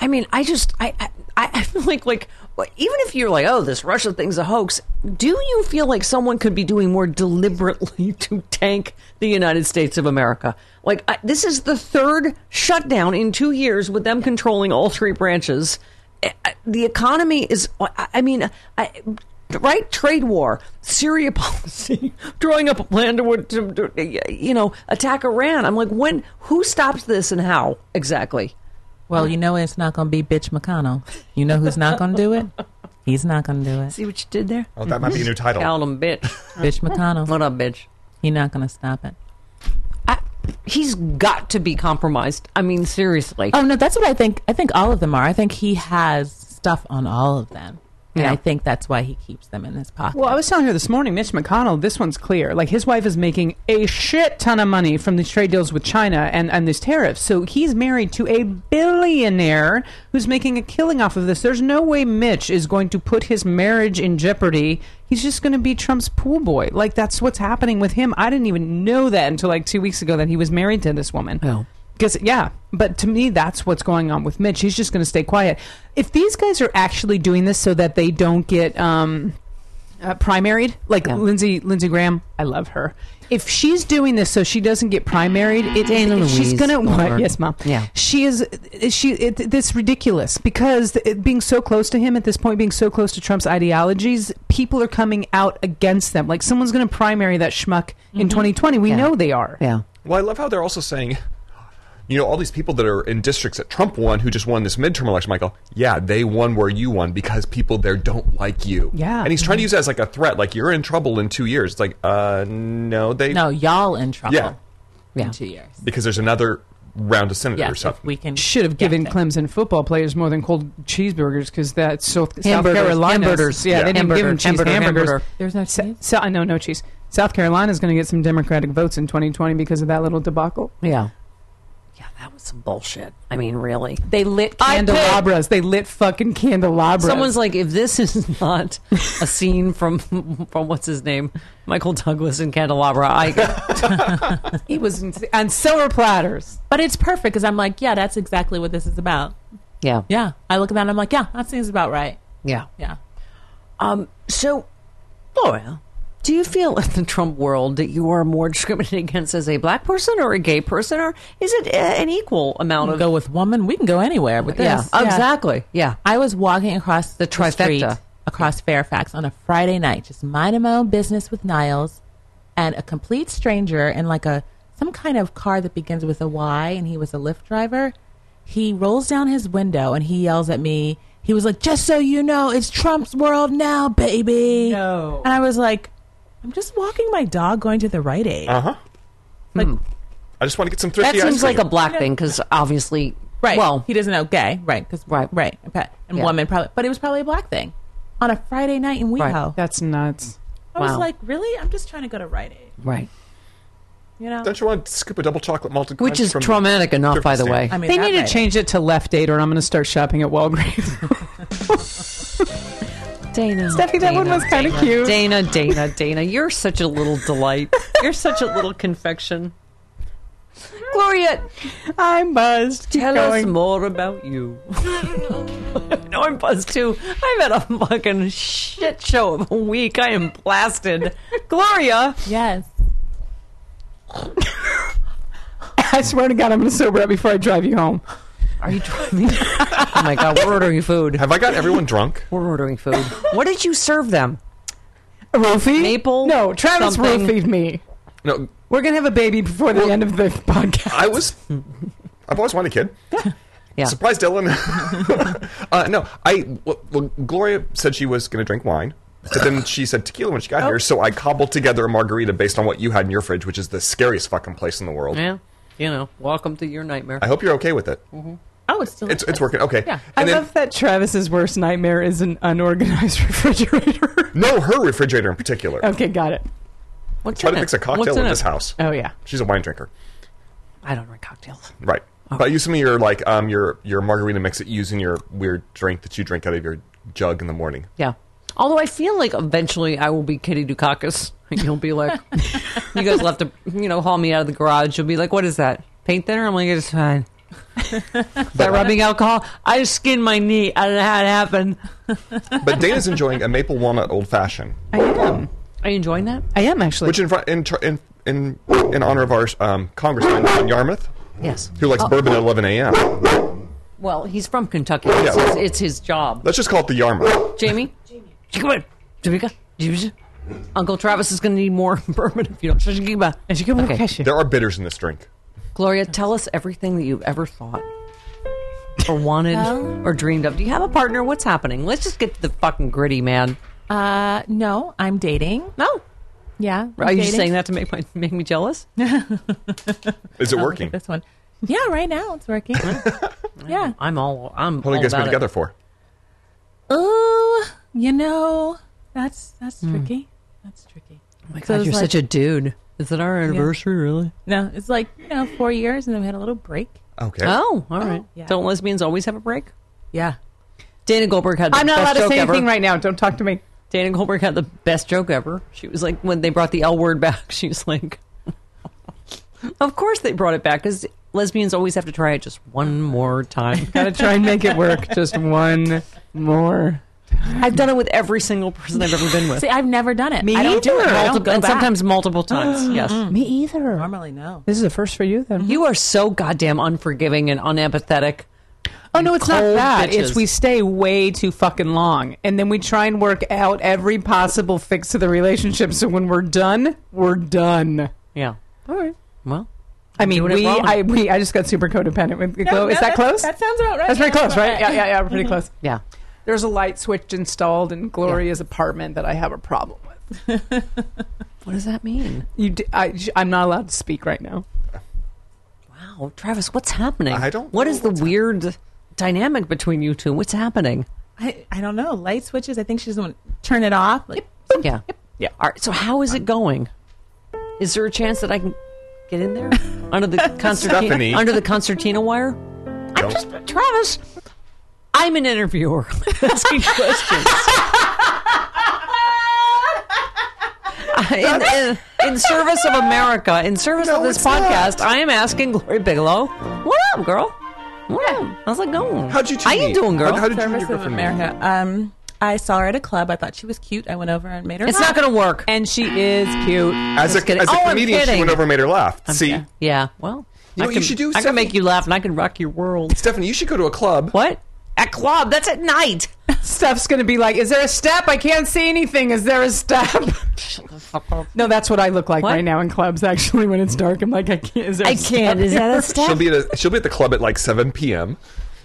[SPEAKER 1] I mean, I just I I, I feel like like well, even if you're like, oh, this Russia thing's a hoax, do you feel like someone could be doing more deliberately to tank the United States of America? Like I, this is the third shutdown in two years with them controlling all three branches. I- I- The economy is, I I mean, I, right trade war, Syria policy, drawing up a plan to, to, to, you know, attack Iran. I'm like, when? Who stops this and how exactly?
[SPEAKER 4] well you know it's not going to be bitch mcconnell you know who's not going to do it he's not going to do it
[SPEAKER 1] See what you did there?
[SPEAKER 3] Oh, that might be a new title.
[SPEAKER 1] Called him bitch.
[SPEAKER 4] bitch mcconnell
[SPEAKER 1] What up, bitch?
[SPEAKER 4] he's not going to stop it
[SPEAKER 1] I, he's got to be compromised. I mean, seriously.
[SPEAKER 4] Oh no, that's what I think. I think all of them are. I think he has stuff on all of them, and
[SPEAKER 1] Yeah.
[SPEAKER 4] I think that's why he keeps them in his pocket.
[SPEAKER 2] Well, I was telling her this morning, Mitch McConnell, this one's clear. Like, his wife is making a shit ton of money from these trade deals with China and, and these tariffs. So he's married to a billionaire who's making a killing off of this. There's no way Mitch is going to put his marriage in jeopardy. He's just going to be Trump's pool boy. Like, that's what's happening with him. I didn't even know that until like two weeks ago that he was married to this woman.
[SPEAKER 1] Oh.
[SPEAKER 2] Because yeah, but to me that's what's going on with Mitch. He's just going to stay quiet. If these guys are actually doing this so that they don't get um, uh, primaried, like
[SPEAKER 1] Yeah.
[SPEAKER 2] Lindsey Lindsey Graham, I love her. If she's doing this so she doesn't get primaried, it,
[SPEAKER 1] Dana
[SPEAKER 2] it- she's
[SPEAKER 1] Louise
[SPEAKER 2] gonna what?
[SPEAKER 1] Goldberg.
[SPEAKER 2] Yes, mom.
[SPEAKER 1] Yeah.
[SPEAKER 2] she is. She it, it's ridiculous because it, being so close to him at this point, being so close to Trump's ideologies, people are coming out against them. Like someone's gonna primary that schmuck in 2020. We
[SPEAKER 1] Mm-hmm. Yeah.
[SPEAKER 2] know they are.
[SPEAKER 1] yeah.
[SPEAKER 3] Well, I love how they're also saying, you know, all these people that are in districts that Trump won who just won this midterm election, Michael, yeah, they won where you won because people there don't like you.
[SPEAKER 2] Yeah.
[SPEAKER 3] And he's
[SPEAKER 1] Mm-hmm.
[SPEAKER 3] trying to use that as like a threat, like you're in trouble in two years. It's like, uh, no, they.
[SPEAKER 4] no, y'all in trouble.
[SPEAKER 3] Yeah.
[SPEAKER 4] in
[SPEAKER 1] Yeah.
[SPEAKER 4] two years.
[SPEAKER 3] Because there's another round of senator
[SPEAKER 4] Yeah,
[SPEAKER 3] or
[SPEAKER 4] if
[SPEAKER 3] something.
[SPEAKER 4] we can
[SPEAKER 2] should have given
[SPEAKER 4] get them.
[SPEAKER 2] Clemson football players more than cold cheeseburgers because that's South, South
[SPEAKER 1] Hamburgers,
[SPEAKER 2] Carolina.
[SPEAKER 1] hamburgers.
[SPEAKER 2] Yeah,
[SPEAKER 3] Yeah.
[SPEAKER 2] they didn't give
[SPEAKER 1] Hamburger,
[SPEAKER 2] them cheese
[SPEAKER 1] hamburger,
[SPEAKER 2] hamburgers.
[SPEAKER 1] hamburger.
[SPEAKER 4] There's no
[SPEAKER 2] So,
[SPEAKER 1] Hmm?
[SPEAKER 4] cheese?
[SPEAKER 2] so, I know no cheese. South Carolina's going to get some Democratic votes in 2020 because of that little debacle.
[SPEAKER 1] Yeah. Yeah, that was some bullshit. I mean, really.
[SPEAKER 4] They lit candle.
[SPEAKER 2] Candelabras. They lit fucking candelabras.
[SPEAKER 1] Someone's like, if this is not a scene from from what's his name, Michael Douglas and Candelabra, I
[SPEAKER 2] it was ins- on silver platters.
[SPEAKER 4] But it's perfect because I'm like, yeah, that's exactly what this is about.
[SPEAKER 1] yeah
[SPEAKER 4] Yeah, I look at that and I'm like, yeah, that seems about right.
[SPEAKER 1] yeah.
[SPEAKER 4] Yeah.
[SPEAKER 1] Um, so, Laura, do you feel in the Trump world that you are more discriminated against as a black person or a gay person, or is it a- an equal amount of?
[SPEAKER 4] Go with woman. We can go anywhere with this.
[SPEAKER 1] yeah, exactly. Yeah,
[SPEAKER 4] I was walking across
[SPEAKER 1] The
[SPEAKER 4] the, street,
[SPEAKER 1] trifecta.
[SPEAKER 4] across Fairfax on a Friday night, just minding my own business with Niles, and a complete stranger in like a some kind of car that begins with a Y, and he was a Lyft driver. He rolls down his window and he yells at me. He was like, "Just so you know, it's Trump's world now, baby."
[SPEAKER 2] No.
[SPEAKER 4] and I was like, "I'm just walking my dog, going to the Rite Aid."
[SPEAKER 1] Uh-huh.
[SPEAKER 3] Uh huh. I just want to get some
[SPEAKER 1] that
[SPEAKER 3] thrifty ice
[SPEAKER 1] seems like a
[SPEAKER 3] cream.
[SPEAKER 1] black thing because obviously,
[SPEAKER 4] Right.
[SPEAKER 1] Well,
[SPEAKER 4] he doesn't know gay. Right. Because
[SPEAKER 1] Right.
[SPEAKER 4] right, okay, and
[SPEAKER 1] Yeah.
[SPEAKER 4] woman probably, but it was probably a black thing on a Friday night in WeHo.
[SPEAKER 1] Right.
[SPEAKER 2] That's nuts.
[SPEAKER 4] I was
[SPEAKER 1] Wow.
[SPEAKER 4] like, really? I'm just trying to go to Rite Aid.
[SPEAKER 1] right,
[SPEAKER 4] You know?
[SPEAKER 3] Don't you want to scoop a double chocolate malted
[SPEAKER 1] which
[SPEAKER 3] crunch
[SPEAKER 1] is
[SPEAKER 3] from
[SPEAKER 1] traumatic enough, by the
[SPEAKER 3] Thrifty.
[SPEAKER 1] way.
[SPEAKER 4] I mean,
[SPEAKER 2] They
[SPEAKER 4] that
[SPEAKER 2] need to
[SPEAKER 4] might-
[SPEAKER 2] change it to left date, or I'm going to start shopping at Walgreens.
[SPEAKER 1] Dana,
[SPEAKER 2] Steffi, that one
[SPEAKER 1] Dana,
[SPEAKER 2] was kinda
[SPEAKER 1] Dana,
[SPEAKER 2] cute.
[SPEAKER 1] Dana, Dana, Dana, you're such a little delight. You're such a little confection. Gloria,
[SPEAKER 2] I'm buzzed. Keep
[SPEAKER 1] Tell
[SPEAKER 2] going.
[SPEAKER 1] us more about you. no, I'm buzzed too. I've had a fucking shit show of a week. I am blasted. Gloria,
[SPEAKER 4] Yes.
[SPEAKER 2] I swear to God, I'm going to sober up before I drive you home.
[SPEAKER 1] are you driving? oh my god, we're ordering food.
[SPEAKER 3] Have I got everyone drunk?
[SPEAKER 1] We're ordering food. What did you serve them?
[SPEAKER 2] A roofie?
[SPEAKER 1] Maple
[SPEAKER 2] No, Travis
[SPEAKER 1] something.
[SPEAKER 2] roofied me.
[SPEAKER 3] No,
[SPEAKER 2] We're going to have a baby before the end of the podcast.
[SPEAKER 3] I was. I've always wanted a kid.
[SPEAKER 1] Yeah.
[SPEAKER 3] Surprise, Dylan. uh, no, I. Well, well, Gloria said she was going to drink wine, but then she said tequila when she got here, so I cobbled together a margarita based on what you had in your fridge, which is the scariest fucking place in the world.
[SPEAKER 1] Yeah, you know, welcome to your nightmare.
[SPEAKER 3] I hope you're okay with it.
[SPEAKER 4] Oh, it's still.
[SPEAKER 3] It's it's working. Okay.
[SPEAKER 4] Yeah.
[SPEAKER 2] I
[SPEAKER 3] And then,
[SPEAKER 2] love that Travis's worst nightmare is an unorganized refrigerator.
[SPEAKER 3] no, her refrigerator in particular.
[SPEAKER 2] okay, got it.
[SPEAKER 1] What's
[SPEAKER 3] Try
[SPEAKER 1] in
[SPEAKER 3] to
[SPEAKER 1] it?
[SPEAKER 3] fix a cocktail
[SPEAKER 1] What's
[SPEAKER 3] in
[SPEAKER 1] it?
[SPEAKER 3] this house.
[SPEAKER 2] Oh, yeah.
[SPEAKER 3] She's a wine drinker.
[SPEAKER 1] I don't drink cocktails.
[SPEAKER 3] Right. But I use some of your like um your your margarita mix that you use in your weird drink that you drink out of your jug in the morning.
[SPEAKER 1] Yeah. Although I feel like eventually I will be Kitty Dukakis. You'll be like, you guys will have to, you know, haul me out of the garage. You'll be like, what is that? Paint thinner? I'm like, it's fine. is that rubbing alcohol? I just skinned my knee. I don't know how it happened.
[SPEAKER 3] But Dana's enjoying a maple walnut old fashioned,
[SPEAKER 2] I am.
[SPEAKER 1] Are you enjoying that?
[SPEAKER 2] I am, actually.
[SPEAKER 3] which in front in tr- in in in honor of our um, congressman in Yarmouth,
[SPEAKER 1] Yes.
[SPEAKER 3] who likes bourbon at 11 a.m.
[SPEAKER 1] Well, he's from Kentucky. It's,
[SPEAKER 3] Yeah.
[SPEAKER 1] his, it's his job.
[SPEAKER 3] Let's just call it the Yarmouth.
[SPEAKER 1] Jamie? Jamie. Come on. Jamaica? Jamaica? Uncle Travis is going to need more bourbon if you don't. Jamaica. Okay.
[SPEAKER 3] There are bitters in this drink.
[SPEAKER 1] Gloria, tell us everything that you've ever thought or wanted or dreamed of. Do you have a partner? What's happening? Let's just get to the fucking gritty, man.
[SPEAKER 4] Uh, no, I'm dating.
[SPEAKER 1] No.
[SPEAKER 4] Yeah. I'm
[SPEAKER 1] Are you
[SPEAKER 4] dating.
[SPEAKER 1] saying that to make my make me jealous?
[SPEAKER 3] Is it
[SPEAKER 4] Oh, look
[SPEAKER 3] working?
[SPEAKER 4] at This one. Yeah, right now it's working. yeah.
[SPEAKER 1] I'm all I'm
[SPEAKER 3] What have
[SPEAKER 1] all
[SPEAKER 3] you guys been
[SPEAKER 1] about
[SPEAKER 3] together
[SPEAKER 1] it.
[SPEAKER 3] for?
[SPEAKER 4] Ooh, you know, that's that's
[SPEAKER 2] Hmm.
[SPEAKER 4] tricky. That's tricky.
[SPEAKER 1] Oh my god,
[SPEAKER 4] So it's
[SPEAKER 1] you're
[SPEAKER 4] like-
[SPEAKER 1] such a dude. Is it our anniversary really?
[SPEAKER 4] No, it's like you know, four years, and then we had a little break.
[SPEAKER 3] Okay.
[SPEAKER 1] Oh, all right.
[SPEAKER 4] yeah.
[SPEAKER 1] Don't lesbians always have a break?
[SPEAKER 4] Yeah.
[SPEAKER 1] Dana Goldberg had the
[SPEAKER 2] I'm not allowed
[SPEAKER 1] best
[SPEAKER 2] to
[SPEAKER 1] joke
[SPEAKER 2] say
[SPEAKER 1] ever.
[SPEAKER 2] anything right now. Don't talk to me.
[SPEAKER 1] Dana Goldberg had the best joke ever. She was like, when they brought the L word back, she was like, of course they brought it back because lesbians always have to try it just one more time.
[SPEAKER 2] Gotta try and make it work. Just one more.
[SPEAKER 1] I've done it with every single person I've ever been with.
[SPEAKER 4] See, I've never done it.
[SPEAKER 2] Me
[SPEAKER 4] I don't do it.
[SPEAKER 2] either.
[SPEAKER 4] I don't
[SPEAKER 1] Multiple-
[SPEAKER 4] go
[SPEAKER 1] and
[SPEAKER 4] back.
[SPEAKER 1] sometimes multiple times. yes.
[SPEAKER 2] Me either.
[SPEAKER 4] normally no.
[SPEAKER 2] This is a first for you, then.
[SPEAKER 1] Mm-hmm. You are so goddamn unforgiving and unempathetic.
[SPEAKER 2] Oh no, it's not
[SPEAKER 1] cold
[SPEAKER 2] that.
[SPEAKER 1] bitches.
[SPEAKER 2] It's we stay way too fucking long, and then we try and work out every possible fix to the relationship. So when we're done, we're done.
[SPEAKER 1] Yeah.
[SPEAKER 2] All right.
[SPEAKER 1] Well,
[SPEAKER 2] I mean,
[SPEAKER 1] doing it
[SPEAKER 2] we,
[SPEAKER 1] wrong.
[SPEAKER 2] I, we, I just got super codependent with Glo. Is that close?
[SPEAKER 4] That sounds about right.
[SPEAKER 2] That's
[SPEAKER 4] yeah,
[SPEAKER 2] pretty close,
[SPEAKER 4] about
[SPEAKER 2] right? Yeah, yeah, yeah. We're pretty close.
[SPEAKER 1] yeah.
[SPEAKER 2] There's a light switch installed in Gloria's apartment that I have a problem with.
[SPEAKER 1] What does that mean?
[SPEAKER 2] You, d I, I'm not allowed to speak right now.
[SPEAKER 1] Wow, Travis, what's happening?
[SPEAKER 3] I don't
[SPEAKER 1] What
[SPEAKER 3] know
[SPEAKER 1] is the weird dynamic between you two? What's happening?
[SPEAKER 4] I, I don't know. Light switches. I think she doesn't want to turn it off. Like,
[SPEAKER 1] Yeah. Yeah. All right. So how is it going? Is there a chance that I can Get in there under the
[SPEAKER 3] Stephanie.
[SPEAKER 1] concertina under the concertina wire.
[SPEAKER 3] Don't-
[SPEAKER 1] Travis, I'm an interviewer. Asking questions. in, in, in service of America, in service
[SPEAKER 3] No,
[SPEAKER 1] of this
[SPEAKER 3] it's not.
[SPEAKER 1] podcast, I am asking Gloria Bigelow, "What up, girl? What up? How's it going?
[SPEAKER 3] How'd you two
[SPEAKER 1] How you
[SPEAKER 3] meet?
[SPEAKER 1] doing, girl?
[SPEAKER 3] How, how did you and
[SPEAKER 4] Service
[SPEAKER 3] your
[SPEAKER 4] of
[SPEAKER 3] girlfriend meet?
[SPEAKER 4] America. Um, I saw her at a club. I thought she was cute. I went over and made her.
[SPEAKER 1] it's
[SPEAKER 4] laugh.
[SPEAKER 1] not going to work."
[SPEAKER 2] And she is cute.
[SPEAKER 3] As
[SPEAKER 1] Just
[SPEAKER 3] a,
[SPEAKER 1] kidding.
[SPEAKER 3] as a
[SPEAKER 1] Oh, I'm
[SPEAKER 3] comedian, she
[SPEAKER 1] kidding.
[SPEAKER 3] went over and made her laugh. See,
[SPEAKER 1] Yeah. Well,
[SPEAKER 3] You know
[SPEAKER 1] I
[SPEAKER 3] what
[SPEAKER 1] can,
[SPEAKER 3] you should do,
[SPEAKER 1] I can make
[SPEAKER 3] Stephanie?
[SPEAKER 1] you laugh, and I can rock your world.
[SPEAKER 3] Stephanie, you should go to a club.
[SPEAKER 1] What? At club? That's at night.
[SPEAKER 2] Steph's going to be like, Is there a step? I can't see anything. Is there a step? no, that's what I look like
[SPEAKER 1] What?
[SPEAKER 2] right now in clubs, actually, when it's dark. I'm like, I can't. Is there a
[SPEAKER 1] I
[SPEAKER 2] step
[SPEAKER 1] can't. Is
[SPEAKER 2] here?"
[SPEAKER 1] that a step?
[SPEAKER 3] She'll be at a, she'll be at the club at like 7 p.m.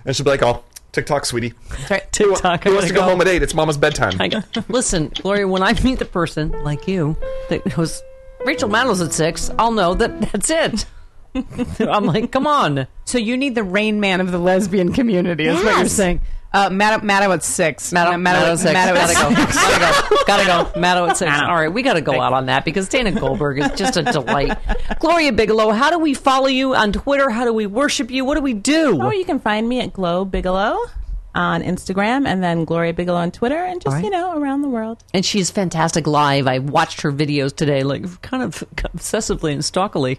[SPEAKER 3] and she'll be like, "Oh, TikTok, sweetie, who,
[SPEAKER 1] TikTok.
[SPEAKER 3] who
[SPEAKER 1] I'm gonna
[SPEAKER 3] wants to go,
[SPEAKER 1] go.
[SPEAKER 3] home at eight? It's Mama's bedtime."
[SPEAKER 1] I go, Listen, Gloria, when I meet the person like you that was Rachel Maddow's at six, I'll know that that's it. I'm like, come on.
[SPEAKER 2] So you need the Rain Man of the lesbian community, is what you're
[SPEAKER 1] Yes.
[SPEAKER 2] saying. Uh, Matt, Matto at six.
[SPEAKER 1] Maddow,
[SPEAKER 2] Matt- Matto-
[SPEAKER 1] Maddow at six.
[SPEAKER 2] Matto at
[SPEAKER 1] gotta go. Gotta go. Gotta go. Maddow at six. All right, we gotta go out on that because Dana Goldberg is just a delight. Gloria Bigelow, how do we follow you on Twitter? How do we worship you? What do we do?
[SPEAKER 4] Or you can find me at Glow Bigelow on Instagram, and then Gloria Bigelow on Twitter, and just you know around the world.
[SPEAKER 1] And she's fantastic live. I watched her videos today, like kind of obsessively and stalkily.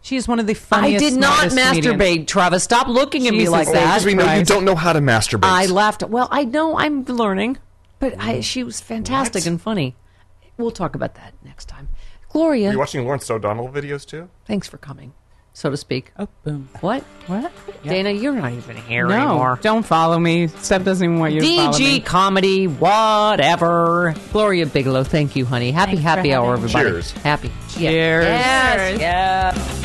[SPEAKER 2] She is one of the
[SPEAKER 1] I
[SPEAKER 2] funniest.
[SPEAKER 1] did not
[SPEAKER 2] smartest
[SPEAKER 1] masturbate,
[SPEAKER 2] comedians.
[SPEAKER 1] Travis. Stop looking at me
[SPEAKER 2] Jesus,
[SPEAKER 1] like
[SPEAKER 2] oh,
[SPEAKER 1] that.
[SPEAKER 3] Because we know you don't know how to masturbate.
[SPEAKER 1] I laughed. Well, I know I'm learning, but I, she was fantastic and funny. We'll talk about that next time. Gloria,
[SPEAKER 3] Are you watching Lawrence O'Donnell videos too?
[SPEAKER 1] thanks for coming, so to speak.
[SPEAKER 4] Oh, boom!
[SPEAKER 1] What?
[SPEAKER 2] What?
[SPEAKER 1] Dana, you're not even here
[SPEAKER 2] No,
[SPEAKER 1] anymore.
[SPEAKER 2] don't follow me. Steph doesn't even want you to follow me.
[SPEAKER 1] DG comedy, whatever. Gloria Bigelow, thank you, honey. Happy,
[SPEAKER 4] Thanks for
[SPEAKER 1] happy hour,
[SPEAKER 4] having me.
[SPEAKER 1] everybody.
[SPEAKER 3] Cheers.
[SPEAKER 1] Happy.
[SPEAKER 2] Cheers.
[SPEAKER 1] Yes. yes.